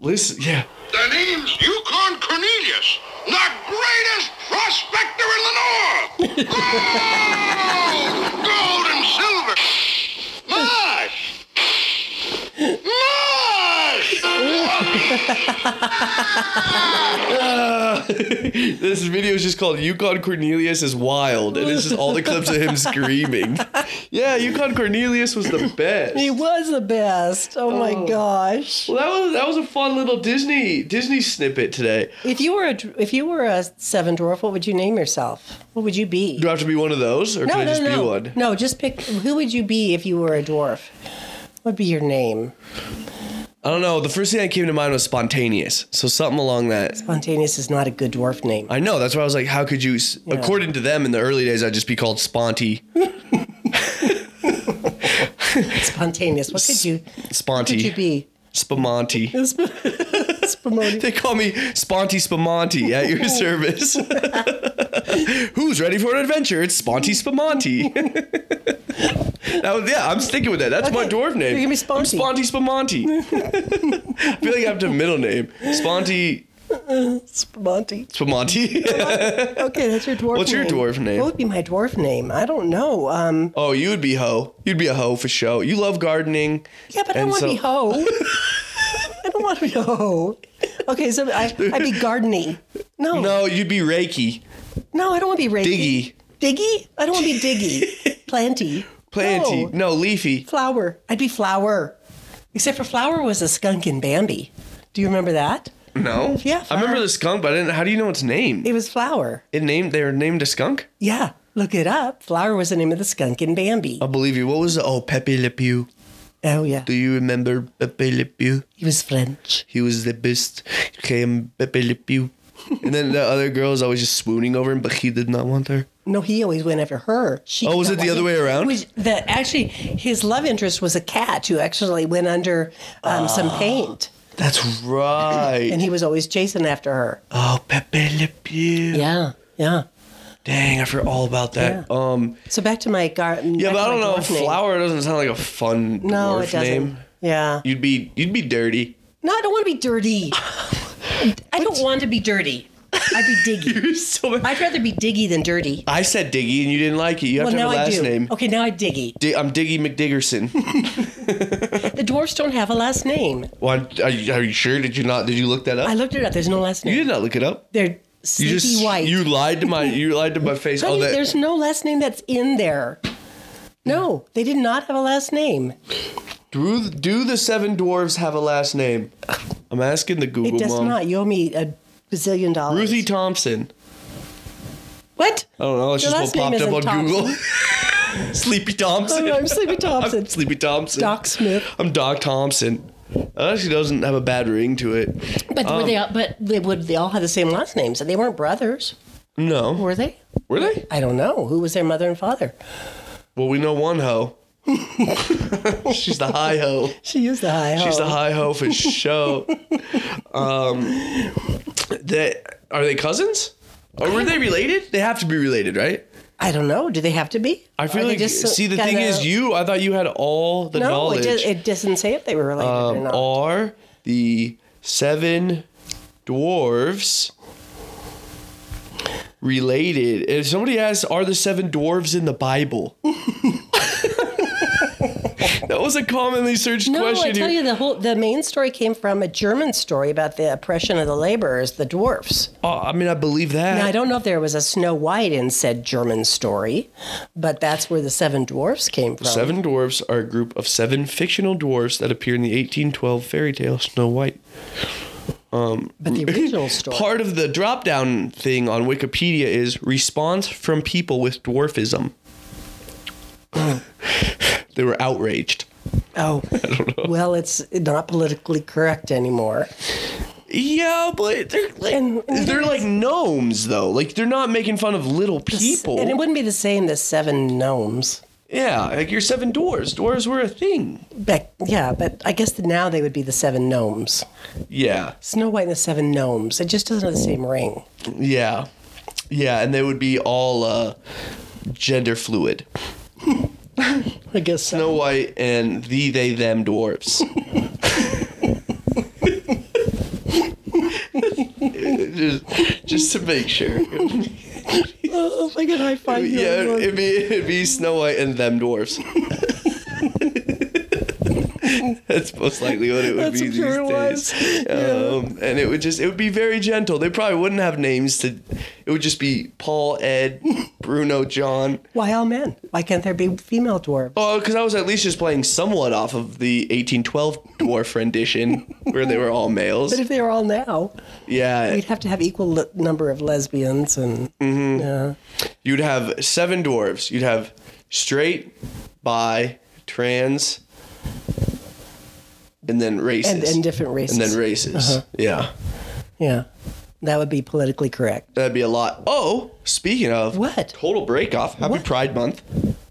Speaker 1: Listen, yeah.
Speaker 3: The name's Yukon Cornelius, the greatest prospector in the North. Gold, gold and silver. Mush, mush.
Speaker 1: Uh, This video is just called Yukon Cornelius is Wild, and it's just all the clips of him screaming. Yeah, Yukon Cornelius was the best.
Speaker 2: He was the best. Oh, my gosh.
Speaker 1: Well, that was that was a fun little Disney Disney snippet today.
Speaker 2: If you were a dr- if you were a seven dwarf, what would you name yourself? What would you be?
Speaker 1: Do I have to be one of those, or can I just
Speaker 2: no.
Speaker 1: be one?
Speaker 2: No, just pick who would you be if you were a dwarf? What would be your name?
Speaker 1: I don't know. The first thing that came to mind was spontaneous, so something along that.
Speaker 2: Spontaneous is not a good dwarf name.
Speaker 1: I know that's why I was like, how could you? s According to them, in the early days, I'd just be called Sponty,
Speaker 2: Spontaneous. What could you what could you
Speaker 1: Sponty,
Speaker 2: be?
Speaker 1: Spamonti.
Speaker 2: Spamonti.
Speaker 1: They call me Sponty Spamonti at your service. Who's ready for an adventure? It's Sponty Spamonti. that was, yeah, I'm sticking with that. That's my
Speaker 2: Okay,
Speaker 1: dwarf name.
Speaker 2: you give me
Speaker 1: I'm
Speaker 2: Sponty.
Speaker 1: Sponty Spamonti. I feel like I have to have a middle name. Sponty
Speaker 2: Spamonti.
Speaker 1: Spamonti.
Speaker 2: Okay, that's your dwarf
Speaker 1: What's your
Speaker 2: name.
Speaker 1: dwarf name?
Speaker 2: What would be my dwarf name? I don't know. Um,
Speaker 1: oh, you would be hoe. You'd be a hoe for show. You love gardening.
Speaker 2: yeah, but I
Speaker 1: And
Speaker 2: don't want to
Speaker 1: so-
Speaker 2: be hoe. I don't want to be hoe. Okay, so I, I'd be gardening. No, no,
Speaker 1: No, you'd be Reiki,
Speaker 2: I don't want to be Reiki.
Speaker 1: Diggy,
Speaker 2: Diggy? I don't want to be Diggy. Planty.
Speaker 1: Planty.
Speaker 2: No.
Speaker 1: No, Leafy.
Speaker 2: Flower. I'd be Flower. Except for Flower was a skunk in Bambi. Do you remember that?
Speaker 1: No.
Speaker 2: Yeah,
Speaker 1: I remember the skunk, but I didn't. How do you know its name?
Speaker 2: It was Flower.
Speaker 1: It named. They were named a skunk.
Speaker 2: Yeah, look it up. Flower was the name of the skunk in Bambi.
Speaker 1: I believe you. What was the oh Pepe Le Pew?
Speaker 2: Oh, yeah.
Speaker 1: Do you remember Pepe Le Pew?
Speaker 2: He was French.
Speaker 1: He was the best. Came Pepe Le Pew. And then the other girl was always just swooning over him, but he did not want her.
Speaker 2: No, he always went after her. She
Speaker 1: Oh, was it the other way around?
Speaker 2: Was the, actually, his love interest was a cat who actually went under
Speaker 1: Ah.
Speaker 2: um, some paint,
Speaker 1: That's
Speaker 2: and
Speaker 1: right.
Speaker 2: he was always chasing after her.
Speaker 1: Oh, Pepe Le Pew.
Speaker 2: Yeah, yeah.
Speaker 1: Dang, I forgot all about that.
Speaker 2: Yeah.
Speaker 1: Um,
Speaker 2: So back to my garden.
Speaker 1: yeah, but I don't know. Flower doesn't sound like a fun
Speaker 2: No,
Speaker 1: dwarf
Speaker 2: it doesn't.
Speaker 1: name.
Speaker 2: Yeah.
Speaker 1: You'd be you'd be dirty.
Speaker 2: No, I don't want to be dirty. I don't want to be dirty. I'd be diggy.
Speaker 1: You're so bad.
Speaker 2: I'd rather be diggy than dirty.
Speaker 1: I said Diggy, and you didn't like it. You have
Speaker 2: Well,
Speaker 1: to
Speaker 2: now
Speaker 1: have a
Speaker 2: I
Speaker 1: last
Speaker 2: do. Oh.
Speaker 1: name.
Speaker 2: Okay, now I diggy.
Speaker 1: Di- I'm Diggy McDiggerson.
Speaker 2: The dwarfs don't have a last name.
Speaker 1: Why, are, you, are you sure? Did you not? Did you look that up?
Speaker 2: I looked it up. There's no last
Speaker 1: you
Speaker 2: name.
Speaker 1: did not look it up.
Speaker 2: They're
Speaker 1: You
Speaker 2: sleepy
Speaker 1: just
Speaker 2: white.
Speaker 1: you lied to my you lied to my face.
Speaker 2: Honey,
Speaker 1: oh, that,
Speaker 2: there's no last name that's in there. No, they did not have a last name.
Speaker 1: do, the- do the seven dwarves have a last name? I'm asking the
Speaker 2: It
Speaker 1: Google
Speaker 2: does
Speaker 1: mom.
Speaker 2: not. You owe me a bazillion dollars.
Speaker 1: Ruthie Oh. Thompson.
Speaker 2: What?
Speaker 1: I don't know. It's
Speaker 2: Your
Speaker 1: just
Speaker 2: last
Speaker 1: what popped
Speaker 2: name
Speaker 1: up on
Speaker 2: isn't
Speaker 1: Google. Sleepy Thompson.
Speaker 2: Oh, I'm Sleepy Thompson.
Speaker 1: Sleepy Thompson.
Speaker 2: Doc Smith.
Speaker 1: I'm Doc Thompson. That actually doesn't have a bad ring to it.
Speaker 2: But were
Speaker 1: Oh.
Speaker 2: they? All, but they would. They all had the same last names, and they weren't brothers,
Speaker 1: No,
Speaker 2: were they?
Speaker 1: were they?
Speaker 2: I don't know who was their mother and father.
Speaker 1: Well, we know one hoe. She's the high hoe.
Speaker 2: She used the high.
Speaker 1: She's
Speaker 2: ho.
Speaker 1: the high hoe for show. Um, they, are they cousins? Or were they related? They have to be related, right?
Speaker 2: I don't know. Do they have to be?
Speaker 1: I feel
Speaker 2: Are they
Speaker 1: like
Speaker 2: just so-
Speaker 1: see the
Speaker 2: kinda-
Speaker 1: thing is you. I thought you had all the
Speaker 2: No, it,
Speaker 1: knowledge.
Speaker 2: does, it doesn't say if they were related or
Speaker 1: um,
Speaker 2: not.
Speaker 1: are the seven dwarves related? If somebody asks, "Are the seven dwarves in the Bible?" that was a commonly searched
Speaker 2: no,
Speaker 1: question.
Speaker 2: I tell
Speaker 1: here.
Speaker 2: you, the whole the main story came from a German story about the oppression of the laborers, the dwarfs.
Speaker 1: Oh, I mean, I believe that.
Speaker 2: Now, I don't know if there was a Snow White in said German story, but that's where the seven dwarfs came from.
Speaker 1: Seven dwarfs are a group of seven fictional dwarfs that appear in the 1812 fairy tale Snow White.
Speaker 2: But the original story.
Speaker 1: Part of the drop down thing on Wikipedia is response from people with dwarfism. they were outraged.
Speaker 2: oh, well, it's not politically correct anymore.
Speaker 1: Yeah, but they're like,
Speaker 2: And- and
Speaker 1: they're like gnomes though. Like they're not making fun of little people.
Speaker 2: And it wouldn't be the same as seven gnomes.
Speaker 1: yeah, like you're seven dwarves. Dwarves were a thing.
Speaker 2: But, yeah, but I guess that now they would be the seven gnomes.
Speaker 1: Yeah.
Speaker 2: Snow White and the seven gnomes. It just doesn't have the same ring.
Speaker 1: Yeah. Yeah, and they would be all uh, gender fluid.
Speaker 2: I guess so.
Speaker 1: Snow White and the they them dwarfs. just, just to make sure.
Speaker 2: Oh my god, I find you.
Speaker 1: Yeah,
Speaker 2: everyone.
Speaker 1: it'd be it'd be Snow White and them dwarfs. That's most likely what it would
Speaker 2: That's
Speaker 1: be
Speaker 2: what
Speaker 1: these
Speaker 2: it was.
Speaker 1: days. Um, and it would just it would be very gentle. They probably wouldn't have names to. It would just be Paul, Ed, Bruno, John.
Speaker 2: Why all men? Why can't there be female dwarves?
Speaker 1: Oh, because I was at least just playing somewhat off of the 1812 dwarf rendition where they were all males.
Speaker 2: But if they were all now,
Speaker 1: Yeah,
Speaker 2: we'd have to have equal le- number of lesbians and yeah.
Speaker 1: you'd have seven dwarves. You'd have straight, bi, trans, and then races.
Speaker 2: and and different races. Uh-huh.
Speaker 1: And then races. Yeah.
Speaker 2: yeah, that would be politically correct.
Speaker 1: That'd be a lot. Oh, speaking of.
Speaker 2: What?
Speaker 1: Total break off. Happy Pride Month.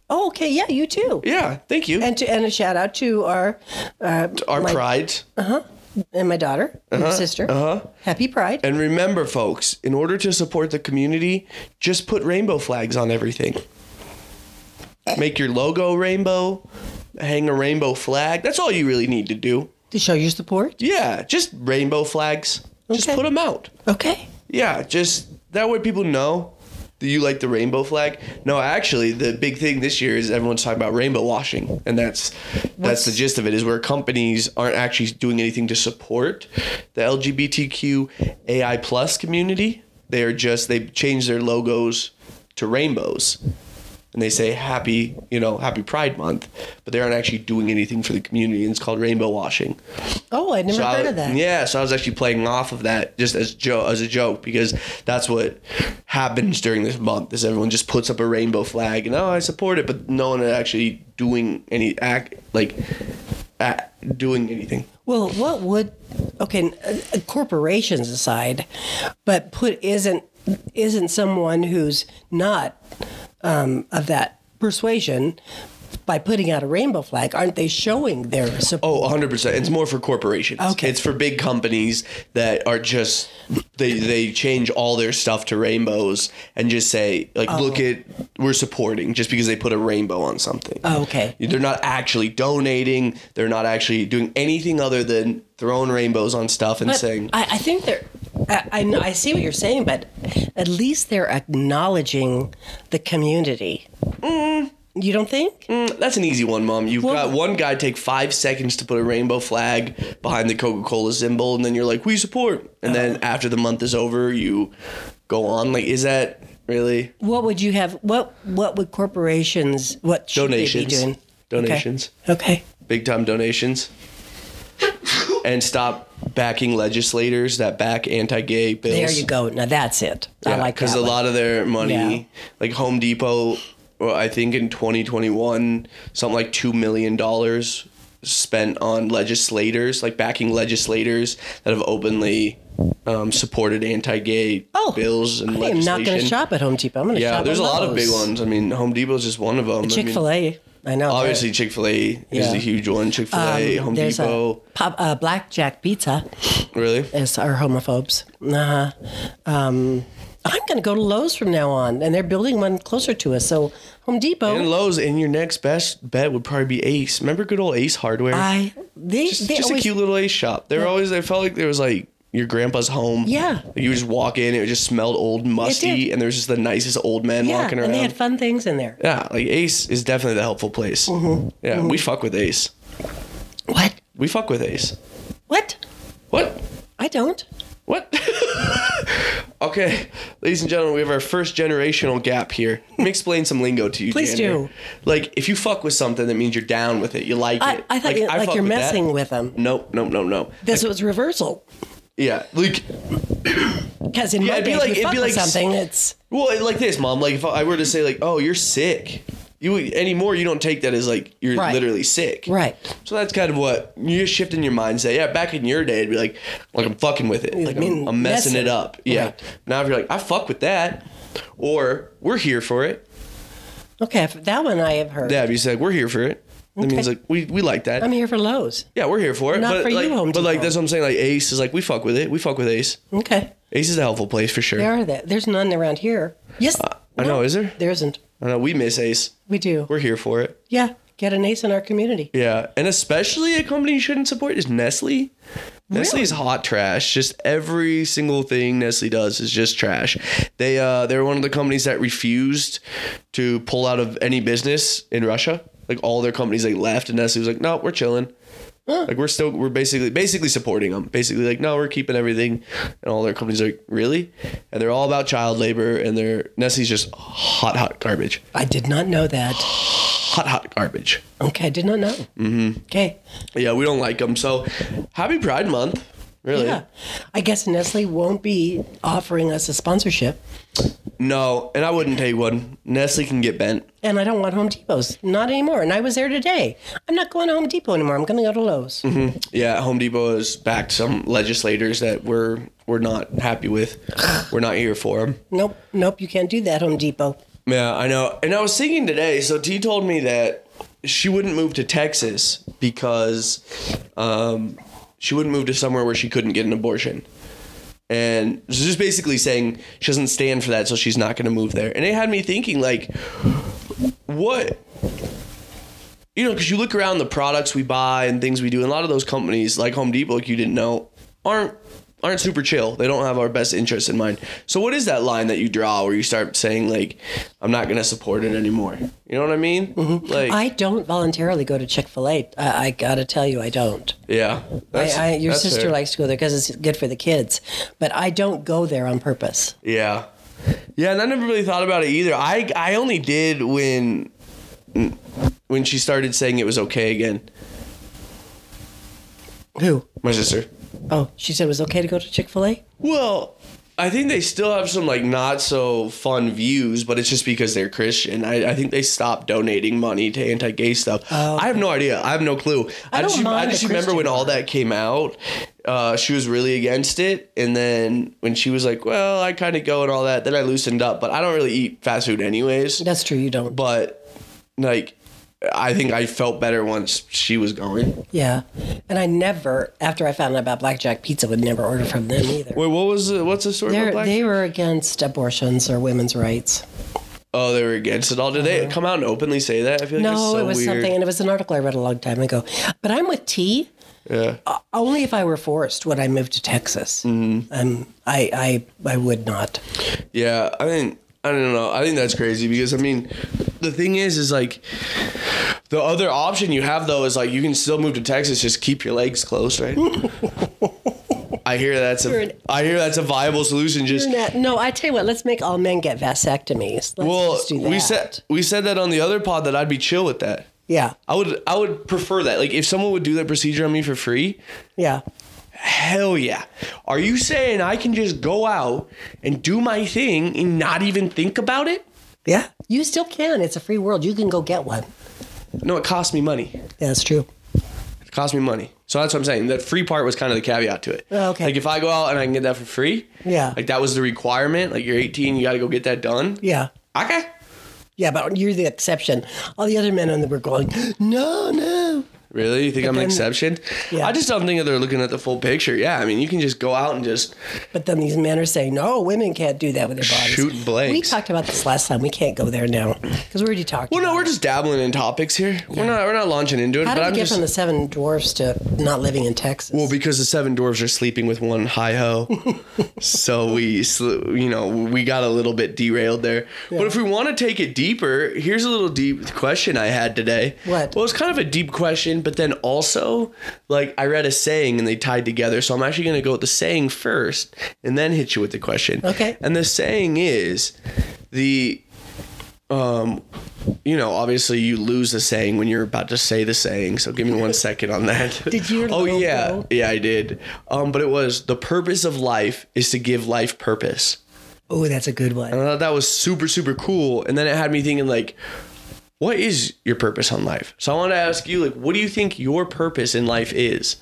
Speaker 2: Oh, okay, yeah, you too.
Speaker 1: Yeah, thank you.
Speaker 2: And to and a shout out to our uh,
Speaker 1: Our
Speaker 2: my-
Speaker 1: prides.
Speaker 2: and my daughter, and my sister. Uh-huh. Happy Pride.
Speaker 1: And remember, folks, in order to support the community, just put rainbow flags on everything. Make your logo rainbow, hang a rainbow flag. That's all you really need to do.
Speaker 2: to show your support.
Speaker 1: Yeah, just rainbow flags. Just
Speaker 2: Okay.
Speaker 1: put them out.
Speaker 2: Okay.
Speaker 1: Yeah, just that way people know that you like the rainbow flag. No, actually, the big thing this year is everyone's talking about rainbow washing, and that's that's the gist of it. Is where companies aren't actually doing anything to support the LGBTQ AI plus community. They are just they change their logos to rainbows. And they say happy, you know, happy Pride Month, but they aren't actually doing anything for the community. And it's called rainbow washing.
Speaker 2: Oh, I'd never
Speaker 1: So I-
Speaker 2: heard of that.
Speaker 1: Yeah, so I was actually playing off of that just as jo- as a joke because that's what happens during this month is everyone just puts up a rainbow flag and oh I support it, but no one is actually doing any act like act, doing anything.
Speaker 2: Well, what would okay uh, corporations aside, but put isn't isn't someone who's not um, of that persuasion by putting out a rainbow flag? Aren't they showing their support?
Speaker 1: Oh, 100%. It's more for corporations.
Speaker 2: Okay.
Speaker 1: It's for big companies that are just they they change all their stuff to rainbows and just say like
Speaker 2: Oh.
Speaker 1: look at we're supporting just because they put a rainbow on something.
Speaker 2: oh, okay.
Speaker 1: They're not actually donating. They're not actually doing anything other than throwing rainbows on stuff and
Speaker 2: But
Speaker 1: saying,
Speaker 2: I, I think they're. I, I, know- I see what you're saying, but at least they're acknowledging the community. You don't think?
Speaker 1: "Mm, that's an easy one, Mom. You've got one guy take five seconds to put a rainbow flag behind the Coca Cola symbol, and then you're like, we support. And
Speaker 2: Uh-huh.
Speaker 1: then after the month is over, you go on. Like, is that really
Speaker 2: What would you have? What What would corporations? What should
Speaker 1: donations?
Speaker 2: they be doing?
Speaker 1: Donations.
Speaker 2: Okay.
Speaker 1: Big time donations. and stop backing legislators that back anti gay bills.
Speaker 2: There you go. Now that's it. I like
Speaker 1: because
Speaker 2: that.
Speaker 1: a
Speaker 2: one.
Speaker 1: lot of their money,
Speaker 2: Yeah.
Speaker 1: like Home Depot, well, I think in 2021, something like two million dollars spent on legislators, like backing legislators that have openly um, supported anti-gay
Speaker 2: Oh,
Speaker 1: bills and
Speaker 2: I am
Speaker 1: legislation.
Speaker 2: not going to shop at Home Depot. I'm going to
Speaker 1: Yeah,
Speaker 2: shop.
Speaker 1: there's a
Speaker 2: on
Speaker 1: lot of
Speaker 2: Lowe's.
Speaker 1: big ones. I mean, Home Depot is just one of them.
Speaker 2: Chick Fil
Speaker 1: I mean,
Speaker 2: A. I know.
Speaker 1: obviously Chick Fil A is
Speaker 2: Yeah.
Speaker 1: the huge one. Chick Fil A,
Speaker 2: Um,
Speaker 1: Home
Speaker 2: there's
Speaker 1: Depot,
Speaker 2: A pop, uh, blackjack pizza
Speaker 1: really.
Speaker 2: is our homophobes. Uh, um, I'm going to go to Lowe's from now on, and they're building one closer to us. So Home Depot.
Speaker 1: And Lowe's, and your next best bet would probably be Ace. Remember good old Ace Hardware?
Speaker 2: I they
Speaker 1: just,
Speaker 2: they
Speaker 1: just a
Speaker 2: always
Speaker 1: cute little Ace shop. They were always. I felt like there was like your grandpa's home.
Speaker 2: Yeah.
Speaker 1: Like, you just walk in, it just smelled old, and musty,
Speaker 2: did.
Speaker 1: and there was just the nicest old man
Speaker 2: yeah,
Speaker 1: walking around.
Speaker 2: and they had fun things in there.
Speaker 1: yeah, like Ace is definitely the helpful place. Yeah, we fuck with Ace.
Speaker 2: What?
Speaker 1: We fuck with Ace.
Speaker 2: What?
Speaker 1: What?
Speaker 2: I don't.
Speaker 1: What? okay, ladies and gentlemen, we have our first generational gap here. Let me explain some lingo to you.
Speaker 2: Please
Speaker 1: Jander.
Speaker 2: do.
Speaker 1: Like, if you fuck with something, that means you're down with it. You like
Speaker 2: I,
Speaker 1: it.
Speaker 2: I thought you,
Speaker 1: I
Speaker 2: like
Speaker 1: fuck
Speaker 2: you're
Speaker 1: with that.
Speaker 2: messing with them.
Speaker 1: Nope, nope, nope, nope.
Speaker 2: This was reversal
Speaker 1: Yeah, like
Speaker 2: because in
Speaker 1: Yeah,
Speaker 2: my
Speaker 1: it'd be
Speaker 2: day,
Speaker 1: like- it'd
Speaker 2: if you fuck
Speaker 1: be
Speaker 2: with
Speaker 1: like-
Speaker 2: something, it's
Speaker 1: Well, it- like this, mom. Like if I were to say, like, "Oh, you're sick," you anymore you don't take that as like you're
Speaker 2: Right.
Speaker 1: literally sick.
Speaker 2: right.
Speaker 1: So that's kind of what you're shifting your mindset. Yeah, back in your day, it'd be like, like I'm fucking with it, like I'm,
Speaker 2: mean,
Speaker 1: I'm messing it
Speaker 2: messing.
Speaker 1: up. Yeah.
Speaker 2: Right.
Speaker 1: Now if you're like, I fuck with that, or we're here for it.
Speaker 2: Okay, if- that one I have heard.
Speaker 1: Yeah, if you say we're here for it, that
Speaker 2: Okay.
Speaker 1: means like we we like that.
Speaker 2: I'm here for Lowe's.
Speaker 1: yeah, we're here for it.
Speaker 2: Not
Speaker 1: but
Speaker 2: for you,
Speaker 1: like,
Speaker 2: Home
Speaker 1: but like
Speaker 2: Depot.
Speaker 1: that's what I'm saying. Like Ace is like we fuck with it. We fuck with Ace.
Speaker 2: Okay.
Speaker 1: Ace is a helpful place for sure.
Speaker 2: There are that. There's none around here. Yes.
Speaker 1: Uh, I know, is there?
Speaker 2: There isn't.
Speaker 1: I know we miss Ace.
Speaker 2: We do.
Speaker 1: We're here for it.
Speaker 2: yeah. Get an ace in our community.
Speaker 1: Yeah, and especially a company you shouldn't support is Nestle. Nestle's hot trash. Just every single thing Nestle does is just trash. They uh, they're one of the companies that refused to pull out of any business in Russia. Like all their companies, like left, and Nestle was like, "No, we're chilling. Like we're still we're basically basically supporting them. Basically, like no, we're keeping everything." And all their companies are like, "Really?" And they're all about child labor, and they're Nestle's just hot, hot garbage.
Speaker 2: I did not know that.
Speaker 1: Hot, hot garbage.
Speaker 2: Okay. I did not know. Mm-hmm. Okay.
Speaker 1: Yeah, we don't like them. So happy Pride Month. Really?
Speaker 2: Yeah. I guess Nestle won't be offering us a sponsorship.
Speaker 1: No, and I wouldn't take one. Nestle can get bent.
Speaker 2: And I don't want Home Depots. Not anymore. And I was there today. I'm not going to Home Depot anymore. I'm going to go to Lowe's.
Speaker 1: Mm-hmm. Yeah, Home Depot has backed some legislators that we're we're not happy with. we're not here for them.
Speaker 2: Nope. Nope. You can't do that, Home Depot.
Speaker 1: Yeah, I know. And I was thinking today. So T told me that she wouldn't move to Texas because um, she wouldn't move to somewhere where she couldn't get an abortion. And she's just basically saying she doesn't stand for that, so she's not going to move there. And it had me thinking, like, what? You know, because you look around the products we buy and things we do, and a lot of those companies, like Home Depot, like you didn't know, aren't aren't super chill. They don't have our best interests in mind. So what is that line that you draw where you start saying like, I'm not going to support it anymore? You know what I mean? Like,
Speaker 2: Mm-hmm. I don't voluntarily go to Chick fil A. I, I got to tell you, I don't.
Speaker 1: yeah,
Speaker 2: I,
Speaker 1: that's-
Speaker 2: I, your
Speaker 1: that's
Speaker 2: sister
Speaker 1: fair.
Speaker 2: likes to go there because it's good for the kids, but I don't go there on purpose.
Speaker 1: Yeah. Yeah, and I never really thought about it either. I I only did when when she started saying it was okay again.
Speaker 2: Who?
Speaker 1: My sister.
Speaker 2: Oh, she said it was okay to go to Chick fil A?
Speaker 1: Well, I think they still have some like not so fun views, but it's just because they're Christian. I, I think they stopped donating money to anti-gay stuff. I have no idea. I have no clue. I,
Speaker 2: Oh, don't
Speaker 1: just,
Speaker 2: mind
Speaker 1: I
Speaker 2: the
Speaker 1: just remember when
Speaker 2: Christian
Speaker 1: all that came out. Uh, she was really against it, and then when she was like, "Well, I kind of go and all that," then I loosened up. But I don't really eat fast food anyways.
Speaker 2: That's true. You don't.
Speaker 1: But like, I think I felt better once she was going.
Speaker 2: yeah. And I never, after I found out about Blackjack Pizza, would never order from them either.
Speaker 1: Wait, what was the, what's the story
Speaker 2: They're,
Speaker 1: about black?
Speaker 2: they were against abortions or women's rights.
Speaker 1: oh, they were against it all. Did they come out and openly say that? I feel like it's
Speaker 2: Uh-huh.
Speaker 1: so
Speaker 2: No, it was
Speaker 1: weird.
Speaker 2: something, and it was an article I read a long time ago. But I'm with T.
Speaker 1: Yeah.
Speaker 2: O- Only if I were forced would I move to Texas.
Speaker 1: Mm-hmm.
Speaker 2: Um, I, I, I would not.
Speaker 1: Yeah, I think I don't know. I think that's crazy because I mean, the thing is, is like the other option you have though is like you can still move to Texas, just keep your legs close, right? I hear that's
Speaker 2: an-
Speaker 1: a I hear that's a viable solution. Just
Speaker 2: No, no, I tell you what, let's make all men get vasectomies. Let's
Speaker 1: well,
Speaker 2: just do that.
Speaker 1: we said we said that on the other pod that I'd be chill with that.
Speaker 2: Yeah,
Speaker 1: I would I would prefer that. Like if someone would do that procedure on me for free,
Speaker 2: yeah.
Speaker 1: Hell yeah. Are you saying I can just go out and do my thing and not even think about it?
Speaker 2: Yeah. You still can. It's a free world. You can go get one.
Speaker 1: No, it cost me money.
Speaker 2: Yeah, that's true.
Speaker 1: It cost me money. So that's what I'm saying. That free part was kind of the caveat to it.
Speaker 2: Oh, okay.
Speaker 1: Like if I go out and I can get that for free,
Speaker 2: Yeah.
Speaker 1: Like that was the requirement. Like you're 18, you got to go get that done.
Speaker 2: Yeah.
Speaker 1: Okay.
Speaker 2: Yeah, but you're the exception. All the other men on the were going, no, no.
Speaker 1: Really? You think I'm an
Speaker 2: then-
Speaker 1: exception?
Speaker 2: Yeah.
Speaker 1: I just don't think that they're looking at the full picture. Yeah. I mean, you can just go out and just
Speaker 2: But then these men are saying, no, women can't do that with their bodies.
Speaker 1: Shoot blanks.
Speaker 2: We talked about this last time. We can't go there now because we already talked.
Speaker 1: Well, no,
Speaker 2: about
Speaker 1: we're
Speaker 2: it.
Speaker 1: just dabbling in topics here. We're not we're not launching into it,
Speaker 2: How
Speaker 1: but
Speaker 2: did we
Speaker 1: I'm
Speaker 2: get
Speaker 1: just
Speaker 2: from the seven dwarfs to not living in Texas?
Speaker 1: Well, because the seven dwarves are sleeping with one high ho, so we, sl- you know, we got a little bit derailed there. But if we want to take it deeper, here's a little deep question I had today.
Speaker 2: What?
Speaker 1: Well, it's kind of a deep question, but then also, like, I read a saying and they tied together, so I'm actually going to go with the saying first and then hit you with the question.
Speaker 2: Okay.
Speaker 1: And the saying is, the you know, obviously you lose the saying when you're about to say the saying. So give me one second on that.
Speaker 2: Did you
Speaker 1: Oh
Speaker 2: logo?
Speaker 1: yeah, yeah, I did. Um, but it was the purpose of life is to give life purpose.
Speaker 2: oh, that's a good one.
Speaker 1: I thought that was super super cool, and then it had me thinking like, what is your purpose on life? So I want to ask you like, what do you think your purpose in life is?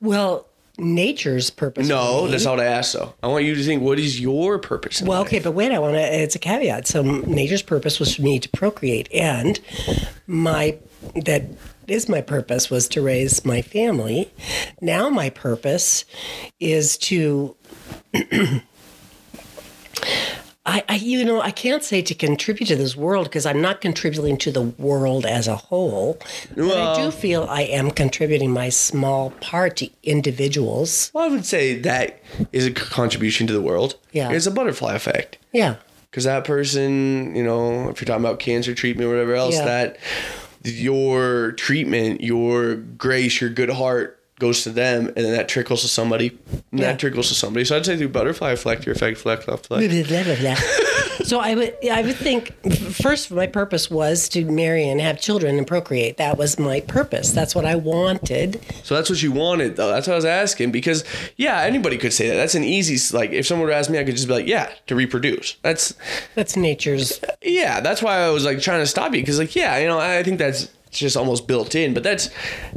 Speaker 2: Well, nature's purpose.
Speaker 1: No, that's not what I asked. though. I want you to think what is your purpose. In
Speaker 2: Well,
Speaker 1: life?
Speaker 2: okay, but wait, I want to. It's a caveat. So nature's purpose was for me to procreate, and my that is my purpose was to raise my family. Now my purpose is to I, I, you know, I can't say to contribute to this world because I'm not contributing to the world as a whole. but I do feel I am contributing my small part to individuals.
Speaker 1: Well, I would say that is a c- contribution to the world.
Speaker 2: Yeah.
Speaker 1: It's a butterfly effect.
Speaker 2: Yeah.
Speaker 1: Because that person, you know, if you're talking about cancer treatment or whatever else,
Speaker 2: Yeah.
Speaker 1: that your treatment, your grace, your good heart goes to them and then that trickles to somebody and
Speaker 2: Yeah.
Speaker 1: that trickles to somebody. So I'd say through butterfly effect, your effect, effect, effect.
Speaker 2: so I would, I would think first my purpose was to marry and have children and procreate. That was my purpose. That's what I wanted.
Speaker 1: So that's what you wanted, though. That's what I was asking because, yeah, anybody could say that. That's an easy, s- like, if someone were to ask me, I could just be like, yeah, to reproduce. That's,
Speaker 2: That's nature's.
Speaker 1: yeah, that's why I was like trying to stop you because, like, yeah, you know, I think that's just almost built in, but that's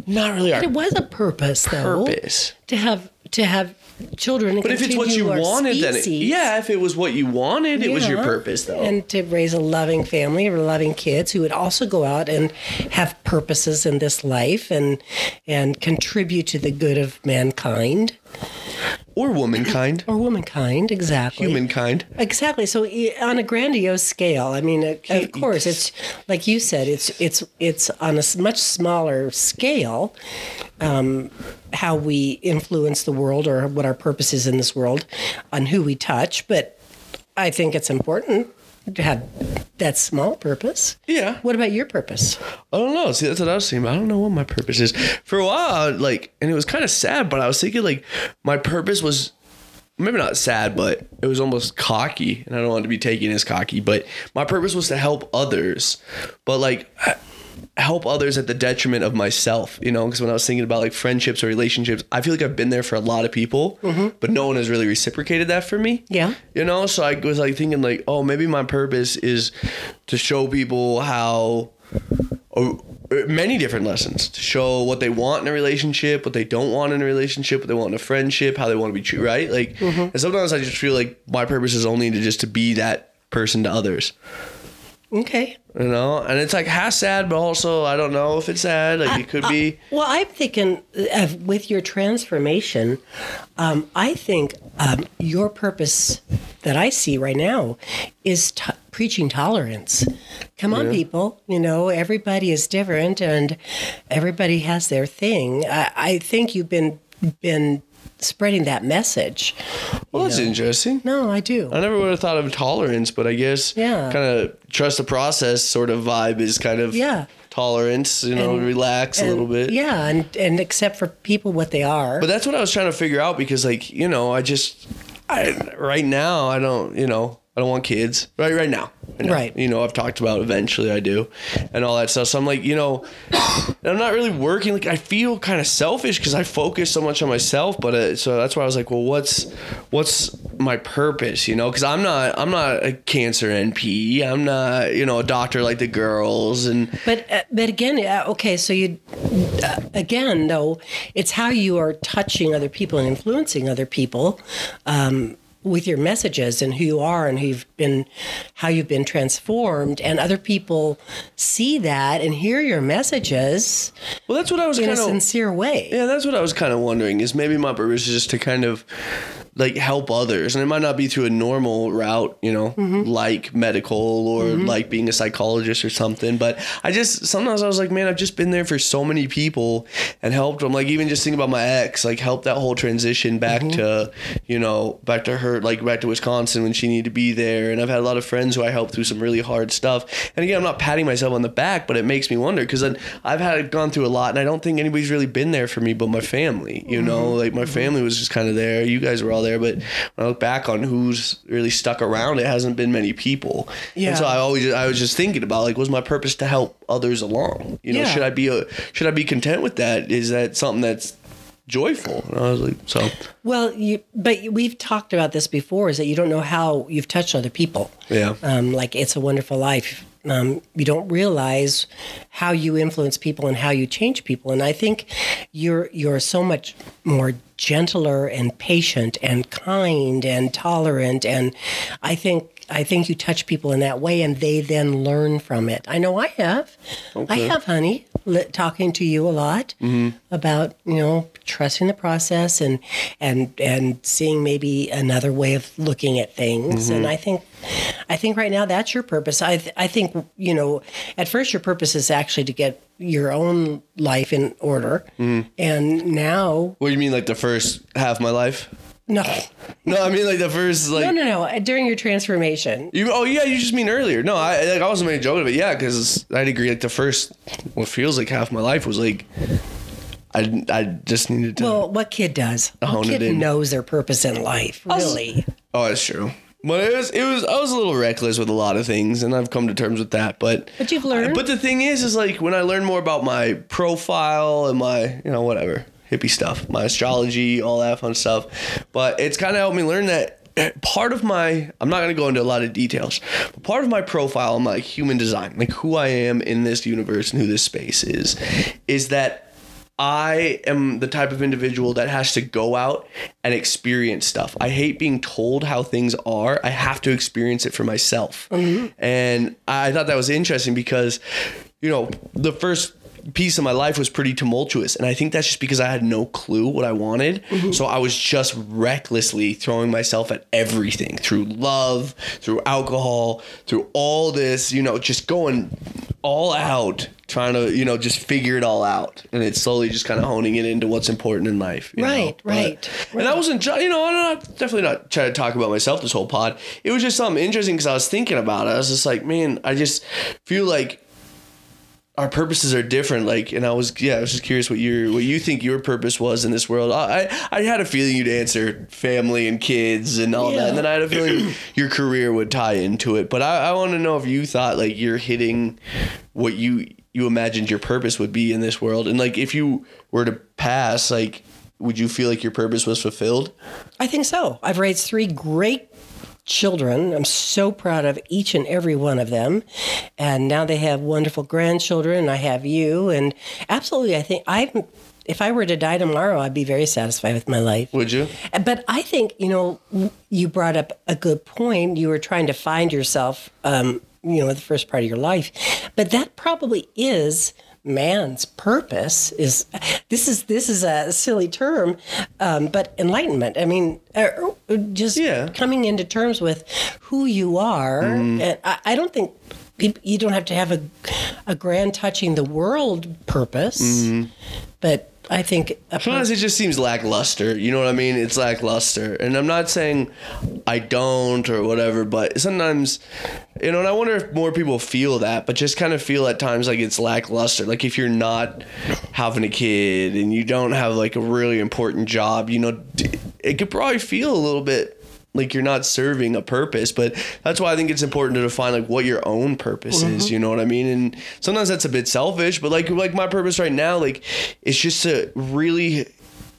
Speaker 1: not really our
Speaker 2: It was a purpose, though.
Speaker 1: purpose.
Speaker 2: to have to have children. And
Speaker 1: But if it's what you
Speaker 2: continue our
Speaker 1: wanted, then it,
Speaker 2: species.
Speaker 1: yeah, if it was what you wanted, it was your
Speaker 2: Yeah.
Speaker 1: purpose, though.
Speaker 2: And to raise a loving family or loving kids who would also go out and have purposes in this life and and contribute to the good of mankind
Speaker 1: or womankind,
Speaker 2: or womankind, exactly.
Speaker 1: humankind.
Speaker 2: Exactly. So i- on a grandiose scale, I mean, uh, of course, it's like you said, it's it's it's on a s- much smaller scale um, how we influence the world or what our purpose is in this world, on who we touch. But I think it's important to have that small purpose.
Speaker 1: Yeah,
Speaker 2: What about your purpose?
Speaker 1: I don't know. See, that's what I was thinking. About. I don't know what my purpose is. For a while, like, and it was kind of sad, but I was thinking like my purpose was maybe not sad, but it was almost cocky, and I don't want to be taken as cocky. But my purpose was to help others, but like help others at the detriment of myself, you know, because when I was thinking about like friendships or relationships, I feel like I've been there for a lot of people, but no one has really reciprocated that for me.
Speaker 2: Yeah.
Speaker 1: You know, so I was like thinking like, oh, maybe my purpose is to show people how or or many different lessons to show what they want in a relationship, what they don't want in a relationship, what they want in a friendship, how they want to be treated, right? Like,
Speaker 2: Mm-hmm.
Speaker 1: and sometimes I just feel like my purpose is only to just to be that person to others
Speaker 2: Okay.
Speaker 1: you know and it's like half sad but also i don't know if it's sad like it could be
Speaker 2: Well, I'm thinking uh, of, with your transformation, um, I think um, your purpose that I see right now is to- preaching tolerance. Come on, people. You know, everybody is different and everybody has their thing. I, I think you've been been spreading that message.
Speaker 1: well that's interesting
Speaker 2: No, I do.
Speaker 1: i never would have thought of tolerance but i guess
Speaker 2: Yeah.
Speaker 1: kind of trust the process sort of vibe is kind of
Speaker 2: Yeah.
Speaker 1: tolerance you know relax a little bit
Speaker 2: Yeah, and, and accept for people what they are.
Speaker 1: but that's what i was trying to figure out because like you know i just I, right now i don't you know i don't want kids right right now Right now.
Speaker 2: Right.
Speaker 1: you know i've talked about eventually i do and all that stuff so i'm like you know And I'm not really working. Like I feel kind of selfish because I focus so much on myself. But uh, so that's why I was like, well, what's what's my purpose? You know, because I'm not I'm not a cancer NP. I'm not you know a doctor like the girls. And
Speaker 2: But uh, but again, uh, okay. So you uh, again though, it's how you are touching other people and influencing other people um, with your messages and who you are and who you've been, how you've been transformed, and other people see that and hear your messages
Speaker 1: well, that's what I was
Speaker 2: in
Speaker 1: kind
Speaker 2: a
Speaker 1: of
Speaker 2: sincere way.
Speaker 1: Yeah, that's what I was kind of wondering. Is maybe my purpose is just to kind of like help others, and it might not be through a normal route, you know, like medical or like being a psychologist or something. But I just sometimes I was like, man, I've just been there for so many people and helped them. Like even just thinking about my ex, like helped that whole transition back to, you know, back to her, like back to Wisconsin when she needed to be there. And I've had a lot of friends who I helped through some really hard stuff. And again, I'm not patting myself on the back, but it makes me wonder because then I've had gone through a lot, and I don't think anybody's really been there for me but my family. You know,
Speaker 2: Mm-hmm.
Speaker 1: like my family was just kind of there. You guys were all there, but when I look back on who's really stuck around, it hasn't been many people. Yeah.
Speaker 2: Yeah.
Speaker 1: And so I always I was just thinking about like, was my purpose to help others along? You know,
Speaker 2: Yeah.
Speaker 1: should I be a should I be content with that? Is that something that's joyful? And I was like, so
Speaker 2: Well, you but we've talked about this before. Is that you don't know how you've touched other people.
Speaker 1: yeah.
Speaker 2: um, like It's a Wonderful Life. Um, you don't realize how you influence people and how you change people. And I think you're you're so much more gentler and patient and kind and tolerant. And I think I think you touch people in that way, and they then learn from it. I know I have. I have, honey. li- talking to you a lot about you know trusting the process and and and seeing maybe another way of looking at things. And I think I think right now that's your purpose. I th- I think you know at first your purpose is actually to get your own life in order, and now
Speaker 1: What do you mean, like the first half of my life?
Speaker 2: no
Speaker 1: No, I mean like the first like.
Speaker 2: no no no during your transformation.
Speaker 1: You, oh yeah, you just mean earlier. No, I like, I wasn't making a joke of it. Yeah, because I'd agree. Like the first, what feels like half my life was like, I I just needed to.
Speaker 2: Well, what kid does? What
Speaker 1: Hone it
Speaker 2: kid
Speaker 1: in.
Speaker 2: knows their purpose in life, really?
Speaker 1: oh, that's true. But it was it was I was a little reckless with a lot of things, and I've come to terms with that. But
Speaker 2: But you've learned.
Speaker 1: But the thing is, is like when I learn more about my profile and my, you know, whatever hippie stuff, my astrology, all that fun stuff. But it's kind of helped me learn that part of my, I'm not going to go into a lot of details, but part of my profile and my human design, like who I am in this universe and who this space is, is that I am the type of individual that has to go out and experience stuff. I hate being told how things are. I have to experience it for myself. And I thought that was interesting because, you know, the first piece of my life was pretty tumultuous. And I think that's just because I had no clue what I wanted.
Speaker 2: Mm-hmm.
Speaker 1: So I was just recklessly throwing myself at everything through love, through alcohol, through all this, you know, just going all out trying to you know just figure it all out and it's slowly just kind of honing it into what's important in life you know?
Speaker 2: Right,
Speaker 1: But-
Speaker 2: right,
Speaker 1: and i wasn't try- you know i'm not definitely not trying to talk about myself this whole pod it was just something interesting because i was thinking about it i was just like man i just feel like our purposes are different like and i was yeah i was just curious what your what you think your purpose was in this world i i, I had a feeling you'd answer family and kids and all that and then i had a feeling your career would tie into it but i, I want to know if you thought like you're hitting what you you imagined your purpose would be in this world and like if you were to pass like would you feel like your purpose was fulfilled
Speaker 2: I think so. I've raised three great children. I'm so proud of each and every one of them. And now they have wonderful grandchildren. and I have you. And absolutely, I think I'm. If I were to die tomorrow, I'd be very satisfied with my life.
Speaker 1: would you
Speaker 2: But I think, you know, you brought up a good point. You were trying to find yourself, um, you know, the first part of your life. But that probably is man's purpose is this is this is a silly term um, but enlightenment i mean uh, just
Speaker 1: Yeah.
Speaker 2: coming into terms with who you are and I, I don't think you you don't have to have a, a grand touching the world purpose but i think a pur-
Speaker 1: Sometimes it just seems lackluster. You know what I mean? It's lackluster. And I'm not saying I don't or whatever, but sometimes, you know, and I wonder if more people feel that, but just kind of feel at times like it's lackluster. Like if you're not having a kid and you don't have like a really important job, you know, d- it could probably feel a little bit like you're not serving a purpose but that's why i think it's important to define like what your own purpose is you know what i mean and sometimes that's a bit selfish but like like my purpose right now like it's just to really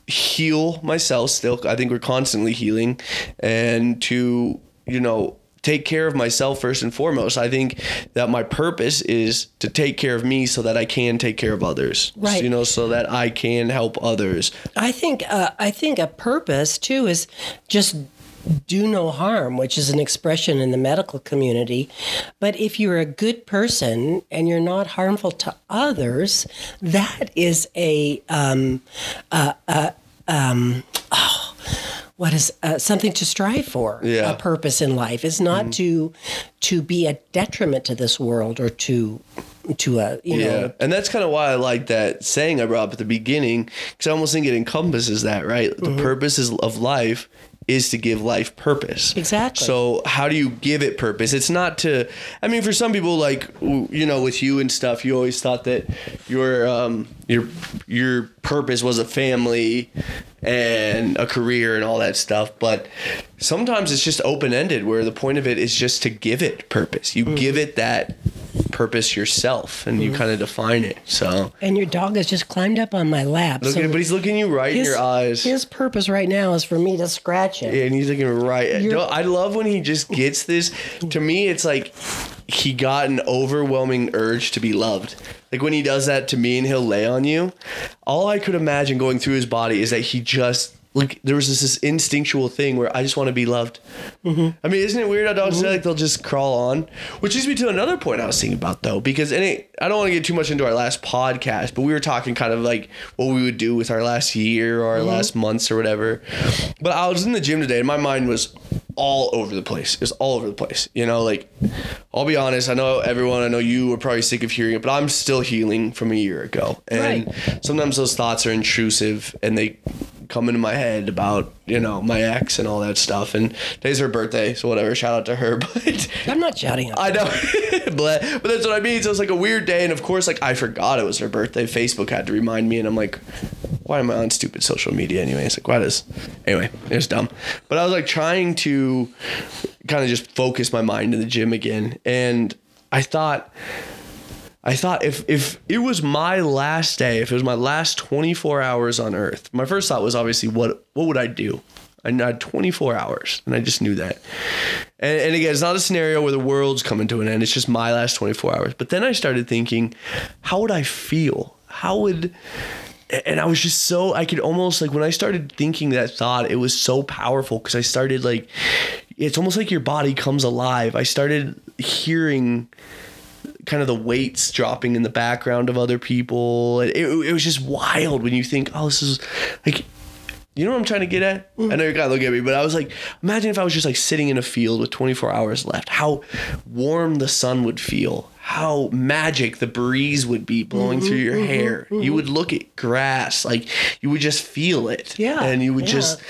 Speaker 1: heal myself still i think we're constantly healing and to you know take care of myself first and foremost i think that my purpose is to take care of me so that i can take care of others
Speaker 2: Right.
Speaker 1: you know so that i can help others
Speaker 2: I think uh, I think a purpose too is just do no harm, which is an expression in the medical community. But if you're a good person and you're not harmful to others, that is a um, uh, uh, um, oh, what is uh, something to strive for.
Speaker 1: Yeah. Mm.
Speaker 2: A purpose in life is not to to be a detriment to this world or to to a you know
Speaker 1: Yeah, and that's kind of why I like that saying I brought up at the beginning because I almost think it encompasses that, right?
Speaker 2: Uh-huh.
Speaker 1: The purpose is, of life is to give life purpose.
Speaker 2: Exactly.
Speaker 1: So how do you give it purpose? It's not to. I mean, for some people, like w- you know, with you and stuff, you always thought that your um your your purpose was a family and a career and all that stuff, but sometimes it's just open ended where the point of it is just to give it purpose.
Speaker 2: Mm-hmm.
Speaker 1: You give it that purpose yourself and you kind of define it. So
Speaker 2: and your dog has just climbed up on my lap.
Speaker 1: look
Speaker 2: so
Speaker 1: at it, but he's looking you right in your eyes.
Speaker 2: His purpose right now is for me to scratch him.
Speaker 1: and he's looking right at
Speaker 2: You're-
Speaker 1: No, I love when he just gets this. to me, it's like he got an overwhelming urge to be loved. Like when he does that to me and he'll lay on you, all I could imagine going through his body is that he just like there was this, this instinctual thing where I just want to be loved. I mean, isn't it weird how dogs say like they'll just crawl on? Which leads me to another point I was thinking about though, because and it, I don't want to get too much into our last podcast, but we were talking kind of like what we would do with our last year or our last months or whatever. But I was in the gym today and my mind was all over the place. It was all over the place. You know, like I'll be honest, I know everyone, I know you were probably sick of hearing it, but I'm still healing from a year ago. And sometimes those thoughts are intrusive and they come into my head about, you know, my ex and all that stuff. And today's her birthday, so whatever, shout out to her. But
Speaker 2: I'm not shouting. At
Speaker 1: I know, but, but that's what I mean. So it's like a weird day, and of course, like I forgot it was her birthday. Facebook had to remind me, and I'm like, why am I on stupid social media anyway? It's like why does anyway? It was dumb, but I was like trying to kind of just focus my mind in the gym again, and I thought. I thought if if it was my last day, if it was my last 24 hours on Earth, my first thought was obviously what what would I do? I had 24 hours, and I just knew that. And, and again, it's not a scenario where the world's coming to an end. It's just my last 24 hours. But then I started thinking, how would I feel? How would and I was just so I could almost like when I started thinking that thought, it was so powerful because I started like it's almost like your body comes alive. I started hearing kind of the weights dropping in the background of other people. It, it, it was just wild when you think, oh, this is like, you know what I'm trying to get at? I know you're kind of looking at me, but I was like, imagine if I was just like sitting in a field with 24 hours left, how warm the sun would feel, how magic the breeze would be blowing through your hair. You would look at grass, like you would just feel it.
Speaker 2: Yeah,
Speaker 1: And you would
Speaker 2: yeah.
Speaker 1: just,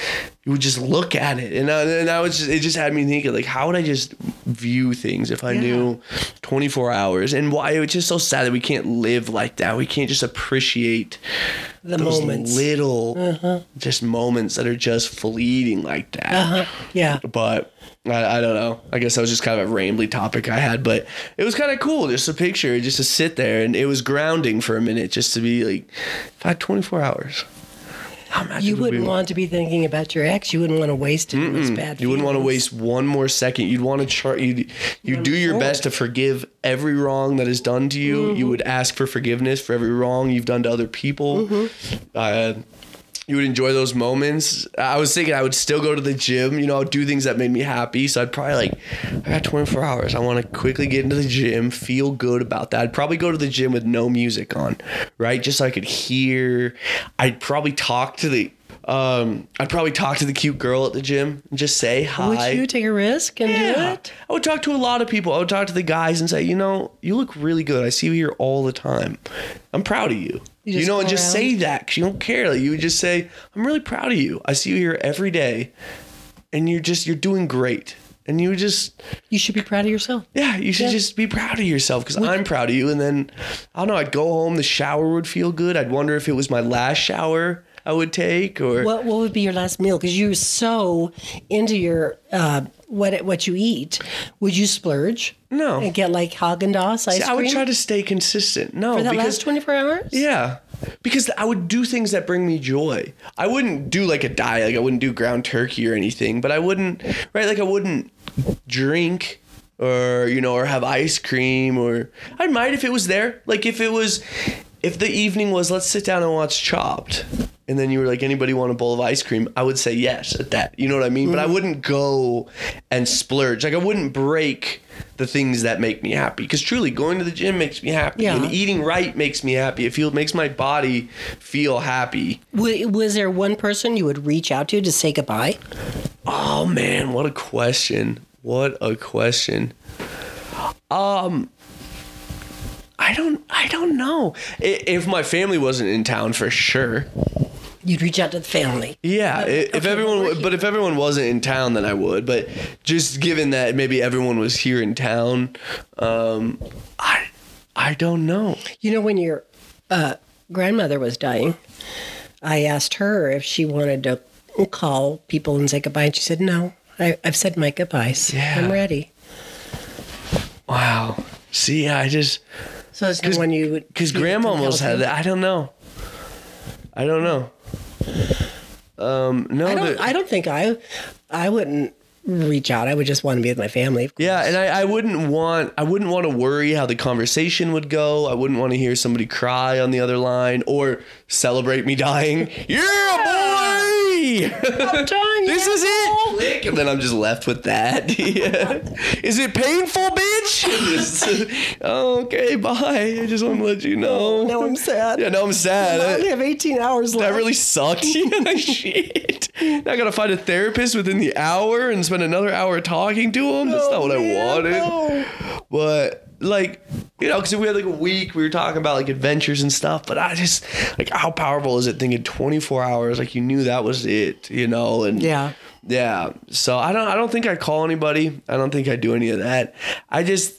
Speaker 1: you would just look at it. And I, and I was just, it just had me thinking, like, how would I just view things if I
Speaker 2: Yeah.
Speaker 1: knew 24 hours and why it's just so sad that we can't live like that we can't just appreciate
Speaker 2: the
Speaker 1: those
Speaker 2: moments. Uh-huh.
Speaker 1: little just moments that are just fleeting like that
Speaker 2: Uh-huh. yeah.
Speaker 1: but I, I don't know i guess that was just kind of a rambly topic i had but it was kind of cool just a picture just to sit there and it was grounding for a minute just to be like if i had 24 hours how magical
Speaker 2: You
Speaker 1: would
Speaker 2: wouldn't
Speaker 1: be-
Speaker 2: want to be thinking about your ex. You wouldn't want to waste it. It's bad.
Speaker 1: you wouldn't want to
Speaker 2: feelings.
Speaker 1: waste one more second. You'd want to chart. You you do your best to forgive every wrong that is done to you.
Speaker 2: Mm-hmm.
Speaker 1: You would ask for forgiveness for every wrong you've done to other people.
Speaker 2: Mm-hmm.
Speaker 1: Uh, you would enjoy those moments. I was thinking I would still go to the gym. You know, I would do things that made me happy. So I'd probably like, I got 24 hours. I want to quickly get into the gym, feel good about that. I'd probably go to the gym with no music on, right? Just so I could hear. I'd probably talk to the. Um, I'd probably talk to the cute girl at the gym and just say hi.
Speaker 2: Would you take a risk and do
Speaker 1: Yeah.
Speaker 2: it?
Speaker 1: I would talk to a lot of people. I would talk to the guys and say, you know, you look really good. I see you here all the time. I'm proud of you. You,
Speaker 2: You just
Speaker 1: know, and
Speaker 2: go
Speaker 1: just say that because you don't care. Like, you would just say, I'm really proud of you. I see you here every day, and you're just you're doing great. And you would just
Speaker 2: You should be proud of yourself.
Speaker 1: yeah, you should just be proud of yourself because I'm proud of you. And then I don't know. I'd go home. The shower would feel good. I'd wonder if it was my last shower I would take or
Speaker 2: What what would be your last meal? Because you're so into your uh, what what you eat. Would you splurge?
Speaker 1: No.
Speaker 2: And get like Haagen Dazs ice
Speaker 1: I would
Speaker 2: cream
Speaker 1: try to stay consistent. No,
Speaker 2: for that
Speaker 1: because
Speaker 2: last twenty four hours.
Speaker 1: Yeah. Because I would do things that bring me joy. I wouldn't do like a diet, like I wouldn't do ground turkey or anything, but I wouldn't right, like I wouldn't drink or you know, or have ice cream or I might if it was there. Like if it was if the evening was let's sit down and watch Chopped and then you were like anybody want a bowl of ice cream, I would say yes at that. You know what I mean? But I wouldn't go and splurge. Like I wouldn't break the things that make me happy because truly going to the gym makes me happy
Speaker 2: Yeah.
Speaker 1: and eating right makes me happy. It feel, makes my body feel happy.
Speaker 2: W- was there one person you would reach out to to say goodbye?
Speaker 1: Oh man, what a question. What a question. Um I don't I don't know. I- If my family wasn't in town for sure.
Speaker 2: You'd reach out to the family.
Speaker 1: Yeah, i if
Speaker 2: okay,
Speaker 1: everyone
Speaker 2: we're
Speaker 1: w- but if everyone wasn't in town then I would, but just given that maybe everyone was here in town, um I I don't know.
Speaker 2: You know, when your uh, grandmother was dying, I asked her if she wanted to call people and say goodbye, and she said, "No, I, I've said my goodbyes.
Speaker 1: Yeah.
Speaker 2: I'm ready."
Speaker 1: Wow. See, I just
Speaker 2: So it's the one you would
Speaker 1: Because
Speaker 2: you would
Speaker 1: grandma
Speaker 2: compel
Speaker 1: almost had
Speaker 2: to-
Speaker 1: that. I don't know. I don't know. Um, no,
Speaker 2: I
Speaker 1: the-
Speaker 2: don't. I don't think I. I wouldn't reach out. I would just want to be with my family. of course.
Speaker 1: yeah, and I, I wouldn't want I wouldn't want to worry how the conversation would go. I wouldn't want to hear somebody cry on the other line or celebrate me dying. Yeah, boy! Hey,
Speaker 2: John,
Speaker 1: this
Speaker 2: yeah.
Speaker 1: is it. Click, And then I'm just left with that. Yeah. Is it painful, bitch? Just, okay, bye. I just want to let you know.
Speaker 2: Now I'm sad.
Speaker 1: Yeah, now I'm sad.
Speaker 2: I
Speaker 1: That-
Speaker 2: only have 18 hours left.
Speaker 1: that really sucked. Yeah, shit. Now I gotta find a therapist within the hour and spend another hour talking to him. That's not what
Speaker 2: Oh,
Speaker 1: I wanted. But like, you know, because we had like a week, we were talking about like adventures and stuff. But I just like, how powerful is it thinking 24 hours? Like you knew that was it, you know? And
Speaker 2: Yeah.
Speaker 1: yeah. So I don't. I don't think I call anybody. I don't think I do any of that. I just.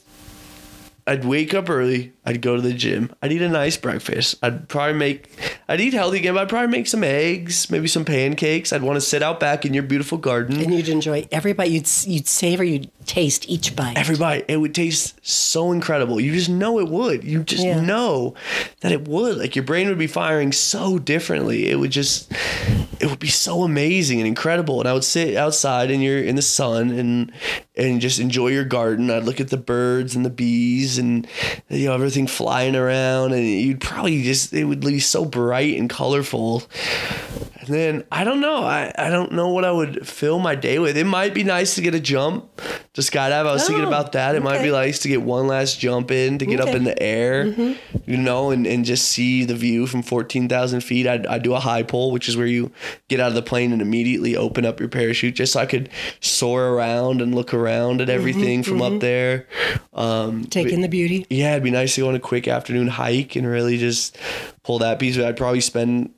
Speaker 1: I'd wake up early. I'd go to the gym. I'd eat a nice breakfast. I'd probably make. I'd eat healthy again. But I'd probably make some eggs, maybe some pancakes. I'd want to sit out back in your beautiful garden.
Speaker 2: And you'd enjoy every bite. You'd, you'd savor, you'd taste each bite.
Speaker 1: every bite it would taste so incredible you just know it would you just
Speaker 2: Yeah.
Speaker 1: know that it would like your brain would be firing so differently it would just it would be so amazing and incredible and i would sit outside in your in the sun and and just enjoy your garden i'd look at the birds and the bees and you know everything flying around and you'd probably just it would be so bright and colorful and then I don't know. I, I don't know what I would fill my day with. It might be nice to get a jump to skydive. I was thinking
Speaker 2: Oh,
Speaker 1: about that. It might be
Speaker 2: okay.
Speaker 1: nice to get one last jump in to get up
Speaker 2: Okay. Mm-hmm.
Speaker 1: in the air, you know, and, and just see the view from 14,000 feet. I'd, I'd do a high pull, which is where you get out of the plane and immediately open up your parachute just so I could soar around and look around at
Speaker 2: Mm-hmm.
Speaker 1: everything from up there. Um,
Speaker 2: Take in the beauty.
Speaker 1: yeah, it'd be nice to go on a quick afternoon hike and really just pull that piece. I'd probably spend,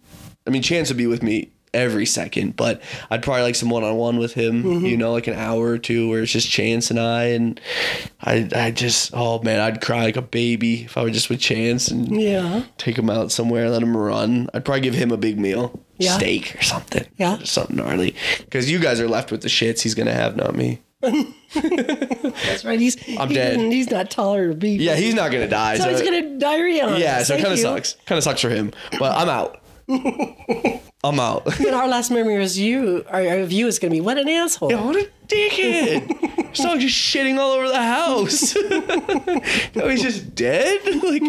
Speaker 1: I mean, Chance would be with me every second, but I'd probably like some one on one with him,
Speaker 2: Mm-hmm.
Speaker 1: you know, like an hour or two where it's just Chance and I. And I, I just, oh man, I'd cry like a baby if I were just with Chance and
Speaker 2: Yeah.
Speaker 1: take him out somewhere, let him run. I'd probably give him a big meal,
Speaker 2: Yeah.
Speaker 1: steak or something.
Speaker 2: Yeah.
Speaker 1: Just something gnarly. Because you guys are left with the shits he's going to have, not me.
Speaker 2: That's right. He's,
Speaker 1: I'm
Speaker 2: he
Speaker 1: dead.
Speaker 2: didn't- He's not taller than me.
Speaker 1: Yeah, he's not going to die.
Speaker 2: So he's going to diarrhea on
Speaker 1: Yeah,
Speaker 2: us.
Speaker 1: so it
Speaker 2: Thank
Speaker 1: kind of
Speaker 2: you.
Speaker 1: sucks. Kind of sucks for him. But I'm out. I'm out.
Speaker 2: And our last memory was you. Our, our view is going to be what an asshole.
Speaker 1: what a dickhead! This dog just shitting all over the house. no, he's just dead. Like,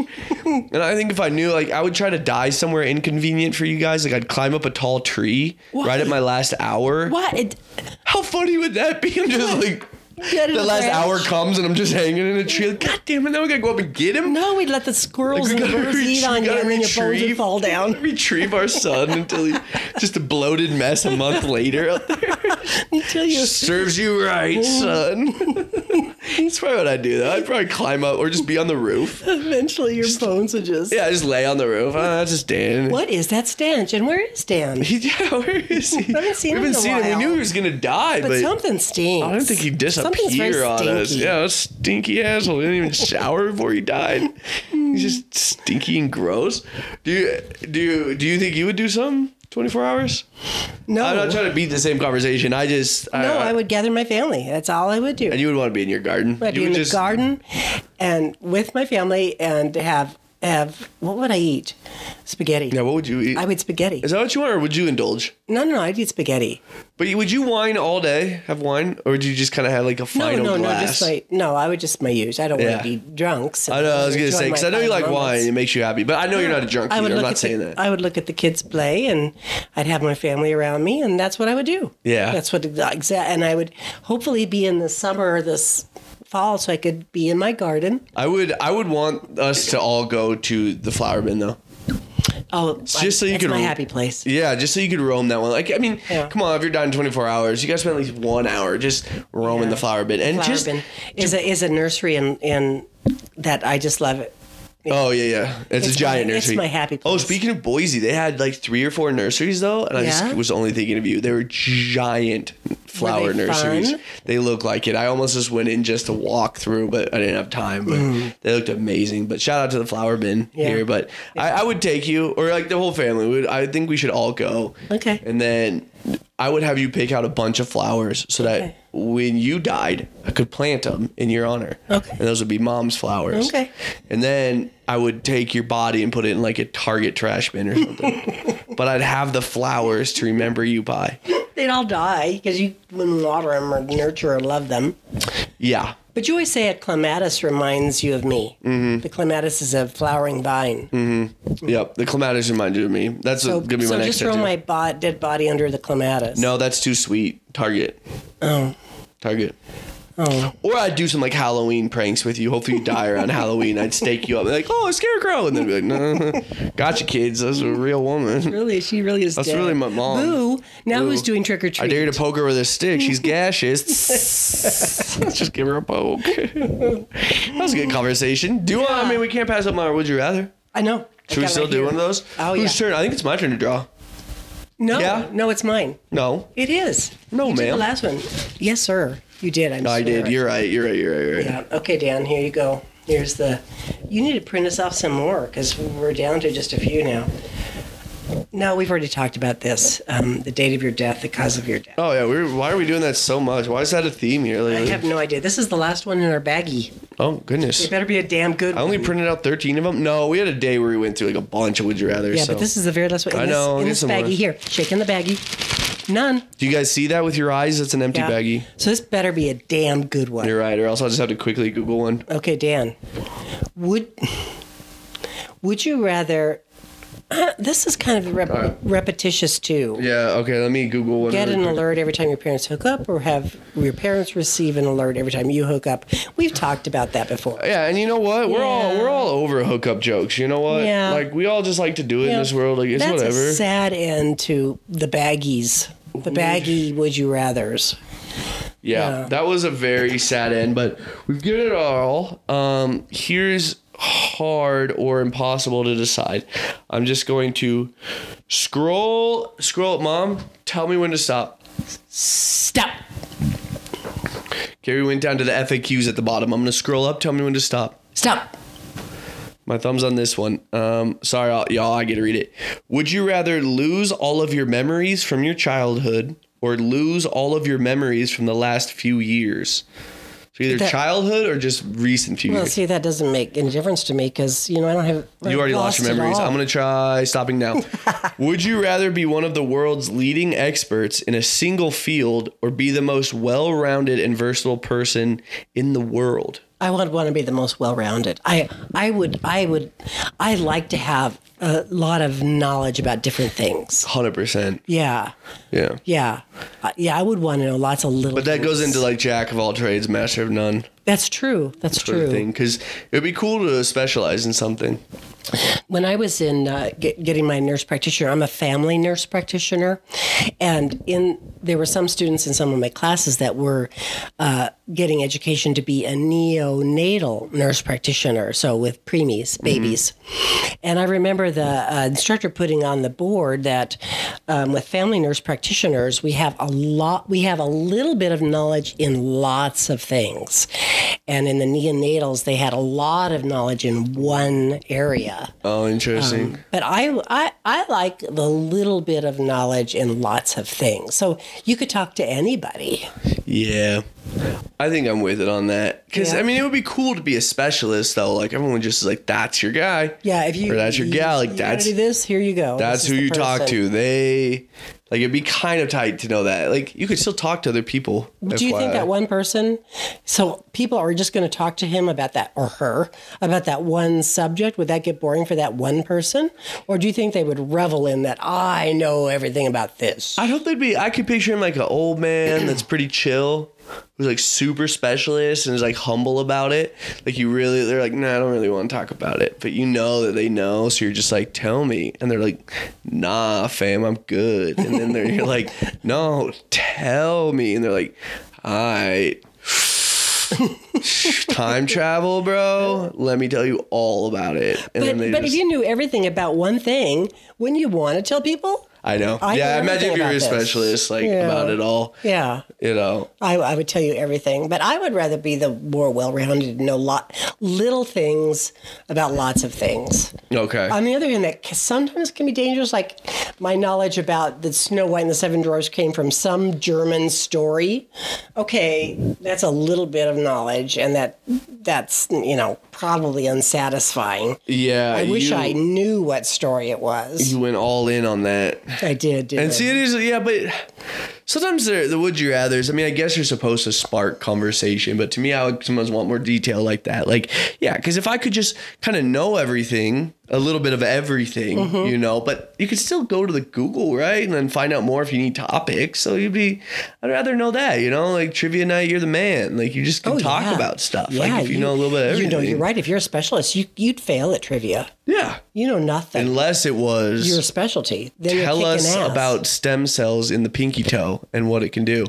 Speaker 1: and I think if I knew, like, I would try to die somewhere inconvenient for you guys. Like, I'd climb up a tall tree
Speaker 2: Why?
Speaker 1: right at my last hour.
Speaker 2: What? It,
Speaker 1: How funny would that be? I'm just like.
Speaker 2: Dead in
Speaker 1: The
Speaker 2: a
Speaker 1: last
Speaker 2: branch?
Speaker 1: hour comes and I'm just hanging in a tree. Like, God damn it! Now we gotta go up and get him.
Speaker 2: no, we'd let the squirrels
Speaker 1: We
Speaker 2: and the
Speaker 1: gotta
Speaker 2: birds eat
Speaker 1: retrie-
Speaker 2: on you,
Speaker 1: gotta
Speaker 2: and then your bones would fall down.
Speaker 1: Retrieve our son until he just a bloated mess a month later. Out there.
Speaker 2: Until you
Speaker 1: Serves you right, son. That's probably what I'd do though. I'd probably climb up or just be on the roof.
Speaker 2: eventually your bones would just.
Speaker 1: Yeah, I just lay on the roof. Ah, that's just Dan.
Speaker 2: What is that stench? And where is Dan?
Speaker 1: He, yeah, where is he? We
Speaker 2: haven't seen
Speaker 1: We
Speaker 2: him in
Speaker 1: haven't
Speaker 2: a
Speaker 1: seen him. We
Speaker 2: while.
Speaker 1: knew he was gonna die, but,
Speaker 2: But something stinks.
Speaker 1: I don't think he'd
Speaker 2: Something's very
Speaker 1: disappear on us.
Speaker 2: stinky.
Speaker 1: Yeah, that stinky asshole. He didn't even shower before he died. He's just stinky and gross. Do you do you do you think you would do something? 24 hours?
Speaker 2: No,
Speaker 1: I'm not trying to beat the same conversation. I just
Speaker 2: no, I would gather my family. That's all I would do.
Speaker 1: And you would want to be in your garden.
Speaker 2: I'd
Speaker 1: you
Speaker 2: be
Speaker 1: would
Speaker 2: in
Speaker 1: just
Speaker 2: the garden and with my family and have have what would I eat? Spaghetti.
Speaker 1: Yeah, what would you eat?
Speaker 2: I would spaghetti.
Speaker 1: Is that what you want, or would you indulge?
Speaker 2: No, no, no, I'd eat spaghetti.
Speaker 1: But you- would you wine all day? Have wine, or would you just kind of have like a
Speaker 2: No,
Speaker 1: final
Speaker 2: no,
Speaker 1: glass?
Speaker 2: no, just my no. I would just my use. I don't
Speaker 1: Yeah.
Speaker 2: want to be drunk. So
Speaker 1: I know. I was gonna
Speaker 2: enjoy
Speaker 1: say because
Speaker 2: my
Speaker 1: I know you
Speaker 2: final
Speaker 1: like wine.
Speaker 2: moments.
Speaker 1: It makes you happy, but I know you're not a drunk
Speaker 2: I would
Speaker 1: either. I'm
Speaker 2: look
Speaker 1: not
Speaker 2: at
Speaker 1: saying
Speaker 2: the,
Speaker 1: that.
Speaker 2: I would look at the kids play, and I'd have my family around me, and that's what I would do.
Speaker 1: Yeah.
Speaker 2: that's what exact. And I would hopefully be in the summer or this fall, so I could be in my garden.
Speaker 1: I would I would want us to all go to the flower bin though.
Speaker 2: Oh,
Speaker 1: just so you
Speaker 2: that's
Speaker 1: could
Speaker 2: my
Speaker 1: re-
Speaker 2: happy place.
Speaker 1: Yeah, just so you could roam that one. Like I mean,
Speaker 2: Yeah.
Speaker 1: come on, if you're dying 24 hours, you got to spend at least one hour just roaming
Speaker 2: Yeah.
Speaker 1: the flower bin and
Speaker 2: Flower
Speaker 1: just
Speaker 2: bin is a is a nursery in in that I just love it.
Speaker 1: oh yeah yeah, it's, a
Speaker 2: It's
Speaker 1: giant
Speaker 2: my- it's
Speaker 1: nursery.
Speaker 2: my happy
Speaker 1: Oh,
Speaker 2: place.
Speaker 1: speaking of Boise, they had like three or four nurseries though, and I
Speaker 2: Yeah?
Speaker 1: just was only thinking of you. They were giant flower
Speaker 2: they
Speaker 1: nurseries.
Speaker 2: fun?
Speaker 1: They look like it. I almost just went in just to walk through, but I didn't have time. But they looked amazing. But shout out to the flower bin
Speaker 2: Mm. Yeah.
Speaker 1: here. But I, I would take you or like the whole family. Would I think we should all go?
Speaker 2: Okay.
Speaker 1: And then I would have you pick out a bunch of flowers so that
Speaker 2: Okay.
Speaker 1: when you died, I could plant them in your honor.
Speaker 2: Okay.
Speaker 1: And those would be mom's flowers.
Speaker 2: Okay.
Speaker 1: And then I would take your body and put it in like a Target trash bin or something. but I'd have the flowers to remember you by.
Speaker 2: They'd all die because you wouldn't water them or nurture or love them.
Speaker 1: Yeah.
Speaker 2: But you always say it, clematis reminds you of me. Mm-hmm. The clematis is a flowering vine.
Speaker 1: Yep. The clematis reminded Mm-hmm. me. That's
Speaker 2: So,
Speaker 1: going to be my
Speaker 2: so
Speaker 1: next
Speaker 2: just throw
Speaker 1: tattoo.
Speaker 2: my bo- dead body under the clematis.
Speaker 1: No, that's too sweet. Target.
Speaker 2: Oh.
Speaker 1: Target.
Speaker 2: Oh.
Speaker 1: Or I'd do some like Halloween pranks with you. Hopefully you die around Halloween. I'd stake you up. Like, oh, a scarecrow. And then be like, no, gotcha, kids. That's a real woman.
Speaker 2: Really, she really is.
Speaker 1: That's
Speaker 2: dead.
Speaker 1: really my mom.
Speaker 2: Boo! Now
Speaker 1: Boo.
Speaker 2: who's doing trick or treat?
Speaker 1: I dare you to poke her with a stick. She's gaseous. Let's just give her a poke. that was a good conversation. Do I, I mean, we can't pass up my would you rather.
Speaker 2: I know. I
Speaker 1: Should we
Speaker 2: got it
Speaker 1: still
Speaker 2: right
Speaker 1: do
Speaker 2: here.
Speaker 1: one of those?
Speaker 2: Oh,
Speaker 1: Whose
Speaker 2: yeah.
Speaker 1: turn? I think it's my turn to draw.
Speaker 2: No,
Speaker 1: Yeah?
Speaker 2: no, it's mine.
Speaker 1: No.
Speaker 2: It is.
Speaker 1: No,
Speaker 2: you did
Speaker 1: ma'am.
Speaker 2: the last one. Yes, sir. You did. I'm.
Speaker 1: No, I did.
Speaker 2: sure.
Speaker 1: You're right. You're right. You're right. You're right.
Speaker 2: Yeah. Okay, Dan. Here you go. Here's the. You need to print us off some more because we're down to just a few now. No, we've already talked about this. Um, the date of your death, the cause of your death.
Speaker 1: Oh yeah, we're, why are we doing that so much? Why is that a theme here
Speaker 2: I
Speaker 1: lately?
Speaker 2: have no idea. This is the last one in our baggie.
Speaker 1: oh goodness,
Speaker 2: It better be a damn good.
Speaker 1: I only printed out thirteen of them. No, we had a day where we went through like a bunch of would you rather.
Speaker 2: Yeah,
Speaker 1: so.
Speaker 2: but this is the very last one. In
Speaker 1: I know,
Speaker 2: This, in
Speaker 1: get
Speaker 2: this
Speaker 1: some
Speaker 2: baggie
Speaker 1: more.
Speaker 2: here. Shake in the baggie. None.
Speaker 1: Do you guys see that with your eyes? That's an empty
Speaker 2: Yeah.
Speaker 1: baggie.
Speaker 2: So this better be a damn good one.
Speaker 1: You're right, or else I'll just have to quickly Google one.
Speaker 2: Okay, Dan. Would would you rather? this is kind of rep- repetitious too.
Speaker 1: Yeah. Okay. Let me Google one.
Speaker 2: Get
Speaker 1: really
Speaker 2: an
Speaker 1: quick.
Speaker 2: alert every time your parents hook up, or have your parents receive an alert every time you hook up. We've talked about that before.
Speaker 1: Yeah, and you know what? We're all
Speaker 2: Yeah.
Speaker 1: we're all over hookup jokes. You know what?
Speaker 2: Yeah.
Speaker 1: Like we all just like to do it in this world. Like it's
Speaker 2: That's
Speaker 1: whatever. Mm.
Speaker 2: a sad end to the baggies. The baggie would you rather's.
Speaker 1: yeah,
Speaker 2: yeah.
Speaker 1: That was a very sad end, but we've given it our all. Um, here's hard or impossible to decide. I'm just going to scroll scroll up, mom. Tell me when to stop.
Speaker 2: Stop.
Speaker 1: Okay, we went down to the FAQs at the bottom. I'm gonna scroll up. Tell me when to stop.
Speaker 2: Stop.
Speaker 1: My thumb's on this one. Um, sorry, y'all- y'all, I get to read it. Would you rather lose all of your memories from your childhood or lose all of your memories from the last few years? So either
Speaker 2: That-
Speaker 1: childhood or just recent few
Speaker 2: Well,
Speaker 1: years.
Speaker 2: see, that doesn't make any difference to me because you know I don't have.
Speaker 1: You already lost,
Speaker 2: lost
Speaker 1: your
Speaker 2: it
Speaker 1: memories.
Speaker 2: all.
Speaker 1: I'm going to try stopping now. Would you rather be one of the world's leading experts in a single field or be the most well rounded and versatile person in the world?
Speaker 2: I would want to be the most well-rounded. I I would I would I like to have a lot of knowledge about different things.
Speaker 1: 100%.
Speaker 2: Yeah,
Speaker 1: Yeah.
Speaker 2: yeah, Uh, yeah. I would want to know lots of little.
Speaker 1: But that goes into like jack of all trades, master of none.
Speaker 2: that's true. That's
Speaker 1: sort of
Speaker 2: true.
Speaker 1: thing because it would be cool to specialize in something.
Speaker 2: When I was in uh, get, getting my nurse practitioner, I'm a family nurse practitioner, and in there were some students in some of my classes that were uh, getting education to be a neonatal nurse practitioner, so with preemies, babies. And I remember the uh, instructor putting on the board that um, with family nurse practitioners, we have a lot, we have a little bit of knowledge in lots of things. And in the neonatals, they had a lot of knowledge in one area.
Speaker 1: Oh, interesting.
Speaker 2: But I, I, I like the little bit of knowledge in lots of things. So you could talk to anybody.
Speaker 1: yeah, I think I'm with it on that because
Speaker 2: Yeah.
Speaker 1: I mean it would be cool to be a specialist though. Like everyone just is like that's your guy.
Speaker 2: Yeah, if you
Speaker 1: Or that's your
Speaker 2: you-
Speaker 1: gal, like,
Speaker 2: you wanna
Speaker 1: that's-
Speaker 2: do this. Here you go.
Speaker 1: That's
Speaker 2: This
Speaker 1: who
Speaker 2: is the
Speaker 1: you talk
Speaker 2: person.
Speaker 1: to. They like it'd be kind of tight to know that. Like you could still talk to other people.
Speaker 2: Do you think
Speaker 1: FYI.
Speaker 2: that one person? So people are just going to talk to him about that or her about that one subject. Would that get boring for that one person, or do you think they would revel in that I know everything about this?
Speaker 1: I hope they'd be. I could picture him like an old man that's pretty chill, who's like super specialist and is like humble about it. Like you really, they're like, no, I don't really want to talk about it, but you know that they know, so you're just like, tell me, and they're like, nah, fam, I'm good, and then they're you're like, no, tell me, and they're like, all right. Time travel, bro. Let me tell you all about it. And
Speaker 2: but
Speaker 1: then they
Speaker 2: but
Speaker 1: just,
Speaker 2: if you knew everything about one thing, wouldn't you want to tell people?
Speaker 1: I know.
Speaker 2: I
Speaker 1: yeah,
Speaker 2: know
Speaker 1: imagine if
Speaker 2: everything
Speaker 1: you were a
Speaker 2: about this.
Speaker 1: specialist, like
Speaker 2: Yeah.
Speaker 1: about it all.
Speaker 2: Yeah.
Speaker 1: You know,
Speaker 2: I, I would tell you everything, but I would rather be the more well-rounded, know lot little things about lots of things.
Speaker 1: okay.
Speaker 2: On the other hand, that c- sometimes can be dangerous. Like my knowledge about the Snow White and the Seven Dwarfs came from some German story. Okay, that's a little bit of knowledge, and that that's you know probably unsatisfying.
Speaker 1: Yeah,
Speaker 2: I wish
Speaker 1: you,
Speaker 2: I knew what story it was.
Speaker 1: you went all in on that.
Speaker 2: I did. Did
Speaker 1: And see, it is yeah, but Sometimes they're the would you rather's. I mean, I guess you're supposed to spark conversation, but to me, I would sometimes want more detail like that. Like, yeah, because if I could just kind of know everything, a little bit of everything,
Speaker 2: Mm-hmm.
Speaker 1: you know, but you could still go to the Google, right? And then find out more if you need topics. So you'd be, I'd rather know that, you know, like trivia night, you're the man. Like, you just can
Speaker 2: Oh,
Speaker 1: talk
Speaker 2: yeah.
Speaker 1: about stuff. like, if you, know a little bit of
Speaker 2: you
Speaker 1: everything.
Speaker 2: know, you're right. If you're a specialist, you you'd fail at trivia.
Speaker 1: Yeah.
Speaker 2: You know nothing.
Speaker 1: Unless it was
Speaker 2: your specialty. Then
Speaker 1: tell
Speaker 2: you're
Speaker 1: us
Speaker 2: kicking ass.
Speaker 1: about stem cells in the pinky toe and what it can do.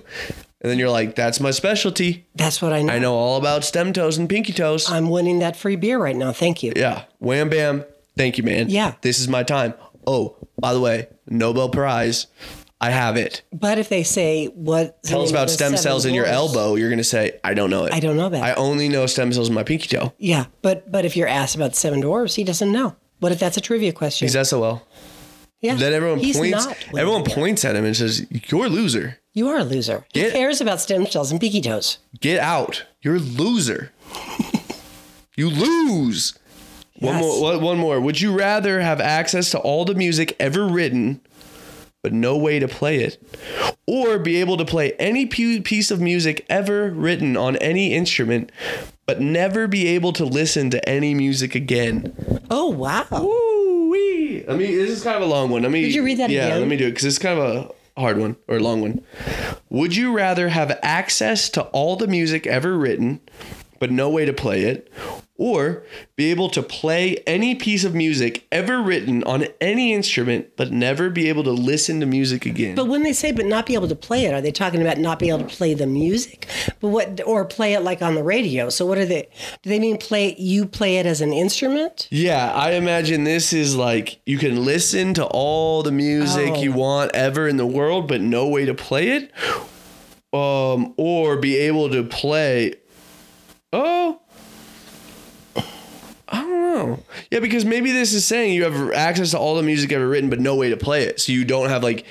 Speaker 1: And then you're like, that's my specialty.
Speaker 2: That's what I know.
Speaker 1: I know all about stem toes and pinky toes.
Speaker 2: I'm winning that free beer right now. Thank you.
Speaker 1: yeah. Wham bam. Thank you, man.
Speaker 2: Yeah.
Speaker 1: This is my time. Oh, by the way, Nobel Prize. I have it.
Speaker 2: But if they say what
Speaker 1: Tell us about stem cells in your elbow. You're going to say, I don't know it.
Speaker 2: I don't know that.
Speaker 1: I only know stem cells in my pinky toe.
Speaker 2: Yeah, but but if you're asked about seven dwarves, he doesn't know. What if that's a trivia question?
Speaker 1: He's SOL.
Speaker 2: yeah,
Speaker 1: Then everyone
Speaker 2: He's
Speaker 1: points.
Speaker 2: not winning
Speaker 1: Everyone
Speaker 2: it.
Speaker 1: points at him and says, "You're a loser.
Speaker 2: You are a loser. Who
Speaker 1: Get-
Speaker 2: cares about stem cells and beaky toes?
Speaker 1: Get out. You're a loser. you lose. One
Speaker 2: Yes.
Speaker 1: more. one- One more. Would you rather have access to all the music ever written, but no way to play it, or be able to play any pu- piece of music ever written on any instrument, but never be able to listen to any music again?
Speaker 2: Oh wow!
Speaker 1: Ooh-wee. Let me. This is kind of a long one. Let me.
Speaker 2: Could you read that
Speaker 1: yeah,
Speaker 2: again?
Speaker 1: let me do it because it's kind of a hard one or a long one. Would you rather have access to all the music ever written, but no way to play it, or be able to play any piece of music ever written on any instrument, but never be able to listen to music again?
Speaker 2: But when they say but not be able to play it, are they talking about not be able to play the music? But what or play it like on the radio? So what are they? Do they mean play you play it as an instrument?
Speaker 1: Yeah, I imagine this is like you can listen to all the music
Speaker 2: Oh.
Speaker 1: you want ever in the world, but no way to play it. Um, or be able to play. Oh, I don't know. Yeah, because maybe this is saying you have access to all the music ever written, but no way to play it. So you don't have like,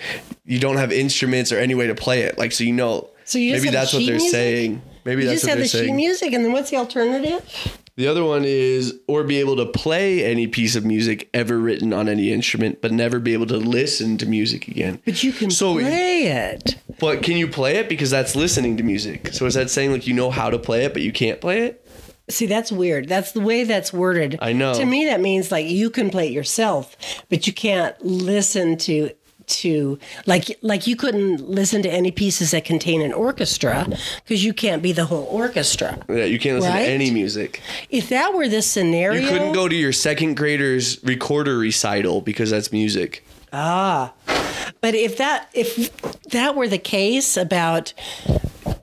Speaker 1: you don't have instruments or any way to play it. Like, so you know.
Speaker 2: So you just
Speaker 1: maybe
Speaker 2: have
Speaker 1: that's
Speaker 2: the
Speaker 1: what
Speaker 2: sheet
Speaker 1: they're
Speaker 2: music?
Speaker 1: saying. Maybe
Speaker 2: You
Speaker 1: that's
Speaker 2: just
Speaker 1: what
Speaker 2: have
Speaker 1: they're
Speaker 2: the sheet
Speaker 1: saying.
Speaker 2: music, and then what's the alternative?
Speaker 1: The other one is, or be able to play any piece of music ever written on any instrument, but never be able to listen to music again.
Speaker 2: But you can
Speaker 1: So-
Speaker 2: play it.
Speaker 1: But can you play it? Because that's listening to music. So is that saying like you know how to play it, but you can't play it?
Speaker 2: See, that's weird. That's the way that's worded.
Speaker 1: I know.
Speaker 2: To me, that means like you can play it yourself, but you can't listen to to like like you couldn't listen to any pieces that contain an orchestra because you can't be the whole orchestra.
Speaker 1: Yeah, you can't listen
Speaker 2: Right?
Speaker 1: to any music.
Speaker 2: If that were this scenario,
Speaker 1: You couldn't go to your second grader's recorder recital because that's music.
Speaker 2: But if that if that were the case about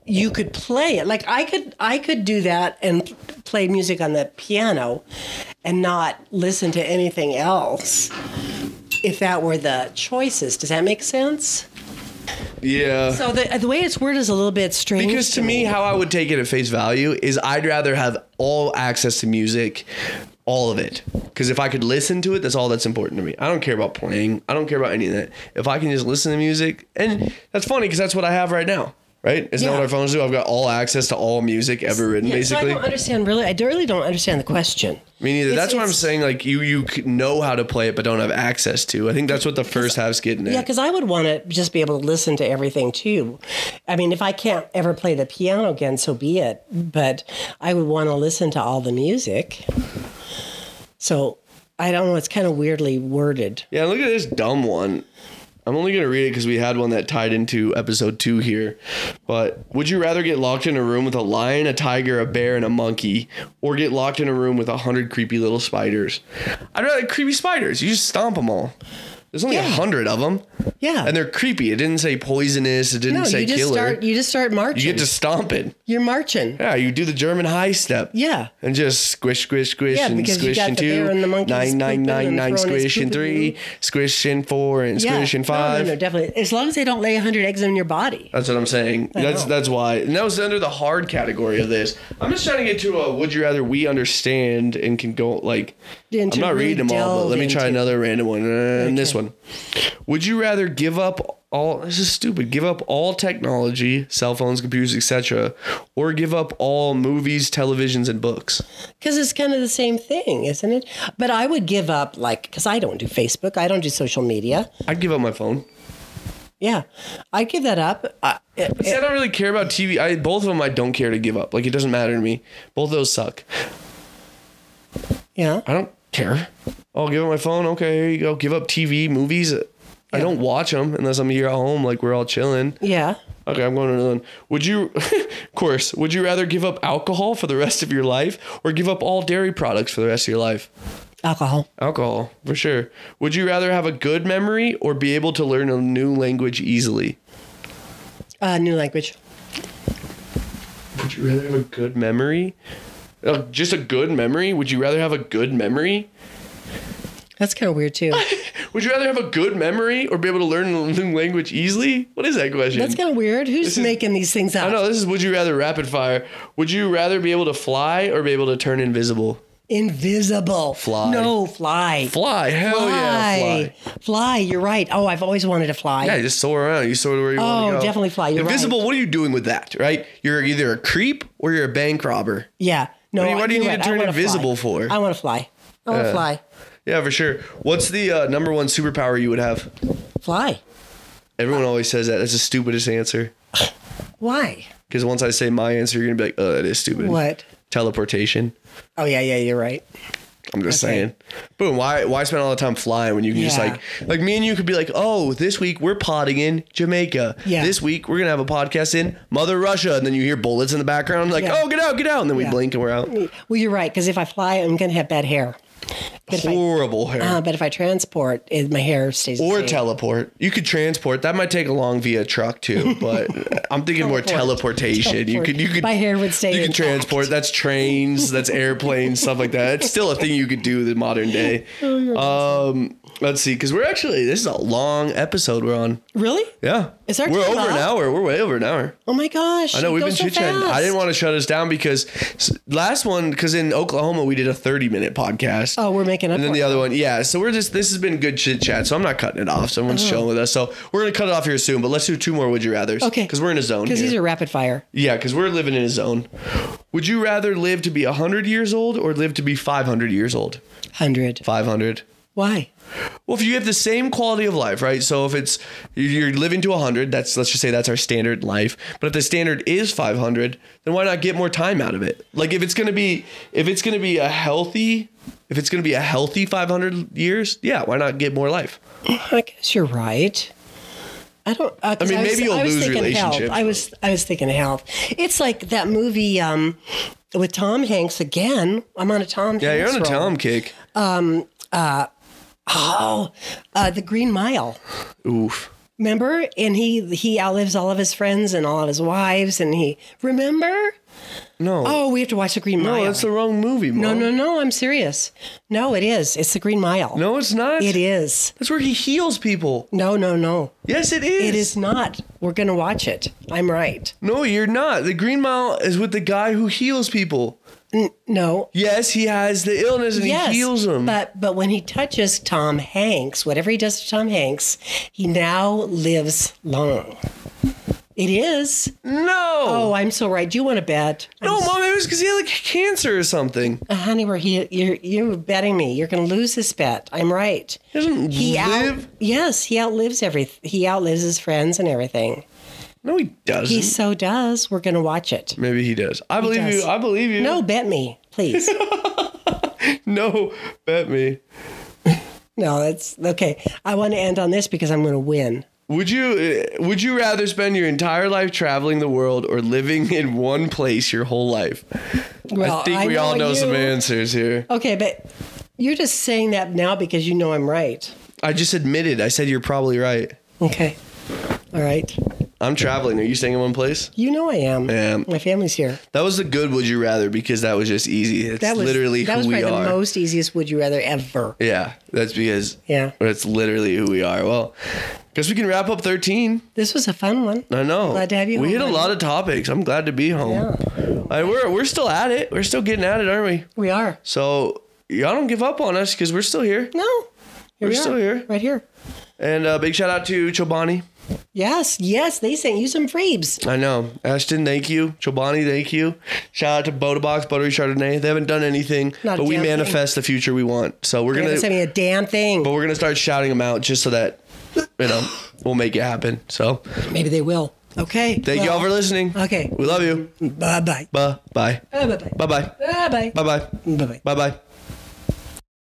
Speaker 2: you could play it like I could I could do that and play music on the piano and not listen to anything else if that were the choices does that make sense
Speaker 1: Yeah.
Speaker 2: so the, the way it's worded is a little bit strange
Speaker 1: Because to me, how I would take it at face value is I'd rather have all access to music, all of it. Because if I could listen to it, that's all that's important to me. I don't care about playing. I don't care about any of that. If I can just listen to music, and that's funny because that's what I have right now. Right? Isn't that
Speaker 2: Yeah.
Speaker 1: what our phones do? I've got all access to all music ever written,
Speaker 2: Yeah, so
Speaker 1: basically.
Speaker 2: I don't understand really I don't- really don't understand the question
Speaker 1: me neither.
Speaker 2: It's-
Speaker 1: That's what I'm
Speaker 2: it's-
Speaker 1: saying. Like you, you c- know how to play it, but don't have access to. I think that's what the first half's getting at.
Speaker 2: Yeah, because I would want to just be able to listen to everything too. I mean, if I can't ever play the piano again, so be it. But I would want to listen to all the music. So I don't know. It's kind of weirdly worded.
Speaker 1: Yeah, look at this dumb one. I'm only going to read it because we had one that tied into episode two here. But would you rather get locked in a room with a lion, a tiger, a bear, and a monkey, or get locked in a room with a hundred creepy little spiders? I'd rather creepy spiders. You just stomp them all. There's only a
Speaker 2: Yeah.
Speaker 1: hundred of them,
Speaker 2: Yeah.
Speaker 1: and they're creepy. It didn't say poisonous. It didn't
Speaker 2: no,
Speaker 1: say
Speaker 2: you just
Speaker 1: killer.
Speaker 2: start. You just start
Speaker 1: you
Speaker 2: marching.
Speaker 1: get to stomp it.
Speaker 2: You are marching.
Speaker 1: Yeah, you do the German high step.
Speaker 2: Yeah.
Speaker 1: And just squish, squish, squish,
Speaker 2: Yeah,
Speaker 1: and
Speaker 2: because you
Speaker 1: squish
Speaker 2: got
Speaker 1: and
Speaker 2: the bear
Speaker 1: two,
Speaker 2: and the monkeys
Speaker 1: nine, nine,
Speaker 2: pooping
Speaker 1: nine,
Speaker 2: and
Speaker 1: nine,
Speaker 2: three
Speaker 1: squish and three, squish and four, and
Speaker 2: Yeah.
Speaker 1: squish and
Speaker 2: No,
Speaker 1: five.
Speaker 2: No, no, definitely. As long as they don't lay hundred eggs in your body.
Speaker 1: That's what I'm saying. that's
Speaker 2: know.
Speaker 1: that's why. And that was under the hard category of this. I'm just trying to get to a would you rather we understand and can go like
Speaker 2: Into
Speaker 1: I'm not
Speaker 2: really
Speaker 1: reading them all, but let me
Speaker 2: delve
Speaker 1: try
Speaker 2: into-
Speaker 1: another random one. uh, And this one. Would you rather give up all this is stupid. Give up all technology, cell phones, computers, etc., or give up all movies, televisions, and books.
Speaker 2: Because it's kind of the same thing, isn't it? But I would give up, like, because I don't do Facebook, I don't do social media.
Speaker 1: I'd give up my phone.
Speaker 2: Yeah, I give that up. I, eh, it-
Speaker 1: See, I don't really care about TV. I both of them I don't care to give up. Like it doesn't matter to me. Both of those suck.
Speaker 2: yeah,
Speaker 1: I don't care. I'll give up my phone. Okay, here you go. Give up TV, movies. I don't watch them unless I'm here at home. Like we're all chilling.
Speaker 2: yeah.
Speaker 1: Okay, I'm going to another one. Would you, of course, would you rather give up alcohol for the rest of your life or give up all dairy products for the rest of your life?
Speaker 2: Alcohol.
Speaker 1: Alcohol, for sure. Would you rather have a good memory or be able to learn a new language easily?
Speaker 2: Uh, new language.
Speaker 1: Would you rather have a good memory? Uh, just a good memory? Would you rather have a good memory?
Speaker 2: That's kind of weird too.
Speaker 1: Would you rather have a good memory or be able to learn a new language easily? What is that question?
Speaker 2: That's kind of weird. Who's
Speaker 1: is-
Speaker 2: making these things
Speaker 1: I
Speaker 2: up?
Speaker 1: know this is would you rather rapid fire. Would you rather be able to fly or be able to turn invisible?
Speaker 2: Invisible.
Speaker 1: Fly.
Speaker 2: No, fly.
Speaker 1: Fly, hell yeah, fly.
Speaker 2: Fly, You're right. Oh, I've always wanted to fly.
Speaker 1: Yeah, you just soar around. You soar to where you want
Speaker 2: Oh,
Speaker 1: to go.
Speaker 2: definitely fly, you're right.
Speaker 1: Invisible. What are you doing with that? Right? You're either a creep or you're a bank robber.
Speaker 2: Yeah. No.
Speaker 1: What do you- what
Speaker 2: Oh, I-
Speaker 1: do you
Speaker 2: you're
Speaker 1: need to
Speaker 2: right. I
Speaker 1: turn
Speaker 2: wanna
Speaker 1: invisible
Speaker 2: fly.
Speaker 1: for?
Speaker 2: I want to fly. I want to fly.
Speaker 1: Yeah, for sure. What's the uh, number one superpower you would have?
Speaker 2: Fly.
Speaker 1: Everyone always says that. That's the stupidest answer.
Speaker 2: Why?
Speaker 1: Because once I say my answer, you're gonna be like, "Oh, that is stupid."
Speaker 2: What?
Speaker 1: Teleportation.
Speaker 2: Oh yeah, yeah. You're right.
Speaker 1: I'm just
Speaker 2: Okay.
Speaker 1: saying. Boom. Why? Why spend all the time flying when you can just
Speaker 2: Yeah.
Speaker 1: like, like me and you could be like, "Oh, this week we're potting in Jamaica.
Speaker 2: Yeah.
Speaker 1: This week we're gonna have a podcast in Mother Russia." And then you hear bullets in the background, like,
Speaker 2: Yeah.
Speaker 1: "Oh, get out, get out!" And then we
Speaker 2: Yeah.
Speaker 1: blink and we're out.
Speaker 2: Well, you're right. Because if I fly, I'm gonna have bad hair. But if I,
Speaker 1: Horrible hair.
Speaker 2: uh, but if I transport, it, my hair stays. the
Speaker 1: or
Speaker 2: same.
Speaker 1: teleport. You could transport. That might take along via truck too, but I'm thinking more
Speaker 2: Teleport.
Speaker 1: teleportation. You could you could
Speaker 2: My hair would stay
Speaker 1: You could
Speaker 2: intact.
Speaker 1: transport. That's trains. That's airplanes. stuff like that. It's still a thing you could do in the modern day.
Speaker 2: Oh,
Speaker 1: Um, let's see, because we're actually this is a long episode we're on.
Speaker 2: Really?
Speaker 1: Yeah,
Speaker 2: Is our
Speaker 1: we're
Speaker 2: time
Speaker 1: over an
Speaker 2: up?
Speaker 1: hour. We're way over an hour.
Speaker 2: Oh my gosh!
Speaker 1: I know we've been chit chatting. I didn't want to shut us down because s- last one, because in Oklahoma we did a thirty minute podcast.
Speaker 2: Oh, we're making up.
Speaker 1: And then
Speaker 2: for
Speaker 1: the
Speaker 2: it.
Speaker 1: other one, yeah. So we're just this has been good chit chat. So I'm not cutting it off. Someone's
Speaker 2: Mm-hmm.
Speaker 1: chilling with us. So we're gonna cut it off here soon. But let's do two more. Would you rather?
Speaker 2: Okay.
Speaker 1: Because we're in a zone.
Speaker 2: Because these
Speaker 1: here.
Speaker 2: are rapid fire.
Speaker 1: yeah. Because we're living in a zone. Would you rather live to be hundred years old or live to be five hundred years old?
Speaker 2: Hundred.
Speaker 1: Five hundred.
Speaker 2: Why?
Speaker 1: Well, if you have the same quality of life, right? So if it's you're living to 100, that's let's just say that's our standard life. But if the standard is 500, then why not get more time out of it? Like if it's going to be if it's going to be a healthy if it's going to be a healthy 500 years, yeah, why not get more life?
Speaker 2: I guess you're right. I don't. Uh, 'cause
Speaker 1: I mean,
Speaker 2: was-
Speaker 1: maybe you'll
Speaker 2: was
Speaker 1: lose
Speaker 2: thinking health.
Speaker 1: relationships.
Speaker 2: I was. I was thinking health. It's like that movie um, with Tom Hanks again. I'm on a Tom.
Speaker 1: Yeah, you're
Speaker 2: Hanks
Speaker 1: on a
Speaker 2: roll.
Speaker 1: Tom kick.
Speaker 2: Oh, uh, the Green Mile.
Speaker 1: Oof.
Speaker 2: Remember? And he he outlives all of his friends and all of his wives. And he remember?
Speaker 1: No.
Speaker 2: Oh, we have to watch the Green Mile.
Speaker 1: no, that's the wrong movie, Mom.
Speaker 2: no, no, no. I'm serious. No, it is. It's the Green Mile.
Speaker 1: No, it's not.
Speaker 2: it is.
Speaker 1: That's where he heals people.
Speaker 2: No, no, no.
Speaker 1: Yes, it is.
Speaker 2: It is not. We're gonna watch it. I'm right.
Speaker 1: No, you're not. The Green Mile is with the guy who heals people.
Speaker 2: No,
Speaker 1: Yes, he has the illness and he heals them.
Speaker 2: But but when he touches Tom Hanks, whatever he does to Tom Hanks, he now lives long. It is.
Speaker 1: no.
Speaker 2: Oh, I'm so right. Do you want to bet?
Speaker 1: No,
Speaker 2: I'm s-
Speaker 1: mom, it was because he had like cancer or something.
Speaker 2: uh, honey, we're here. You're you're betting me. You're going to lose this bet. I'm right.
Speaker 1: He doesn't
Speaker 2: He
Speaker 1: live.
Speaker 2: out. Yes, he outlives every. He outlives his friends and everything.
Speaker 1: no, he doesn't.
Speaker 2: He so does. We're going to watch it.
Speaker 1: Maybe he does. I believe
Speaker 2: does.
Speaker 1: you. I believe you.
Speaker 2: No, bet me, please.
Speaker 1: no, bet me.
Speaker 2: no, that's okay. I want to end on this because I'm going to win.
Speaker 1: Would you uh, would you rather spend your entire life traveling the world or living in one place your whole life?
Speaker 2: Well,
Speaker 1: I think we all know some
Speaker 2: you.
Speaker 1: answers here.
Speaker 2: Okay, but you're just saying that now because you know I'm right.
Speaker 1: I just admitted. I said you're probably right.
Speaker 2: Okay. All right.
Speaker 1: I'm traveling. Are you staying in one place?
Speaker 2: You know I am.
Speaker 1: Yeah.
Speaker 2: My family's here.
Speaker 1: That was a good would you rather because that was just easy. It's
Speaker 2: That was
Speaker 1: literally
Speaker 2: that
Speaker 1: who
Speaker 2: was
Speaker 1: we
Speaker 2: probably
Speaker 1: are.
Speaker 2: the most easiest would you rather ever.
Speaker 1: yeah, that's because
Speaker 2: Yeah.
Speaker 1: that's literally who we are. Well, guess we can wrap up 13.
Speaker 2: This was a fun one.
Speaker 1: I know.
Speaker 2: Glad to have you
Speaker 1: We
Speaker 2: home,
Speaker 1: hit a
Speaker 2: buddy.
Speaker 1: lot of topics. I'm glad to be home. I- we're we're still at it. We're still getting at it, aren't we?
Speaker 2: We are.
Speaker 1: So y'all don't give up on us because we're still here.
Speaker 2: No. Here
Speaker 1: We're
Speaker 2: we
Speaker 1: still
Speaker 2: are.
Speaker 1: here.
Speaker 2: Right here.
Speaker 1: And uh, big shout out to Chobani.
Speaker 2: Yes, yes, they sent you some freebs.
Speaker 1: I know. Ashton, thank you. Chobani, thank you. Shout out to Boda Box, Buttery Chardonnay. They haven't done anything,
Speaker 2: Not a
Speaker 1: but we
Speaker 2: damn thing.
Speaker 1: manifest the future we want. So we're
Speaker 2: They haven't
Speaker 1: gonna Oh.
Speaker 2: sent me a damn thing.
Speaker 1: but we're gonna start shouting them out just so that you know, we'll make it happen. So
Speaker 2: Maybe they will. Okay.
Speaker 1: thank
Speaker 2: well,
Speaker 1: y'all for listening.
Speaker 2: Okay.
Speaker 1: We love you.
Speaker 2: Bye bye.
Speaker 1: Bye bye.
Speaker 2: Bye bye.
Speaker 1: Bye bye.
Speaker 2: Bye bye.
Speaker 1: Bye bye.
Speaker 2: Bye bye.
Speaker 1: Bye bye.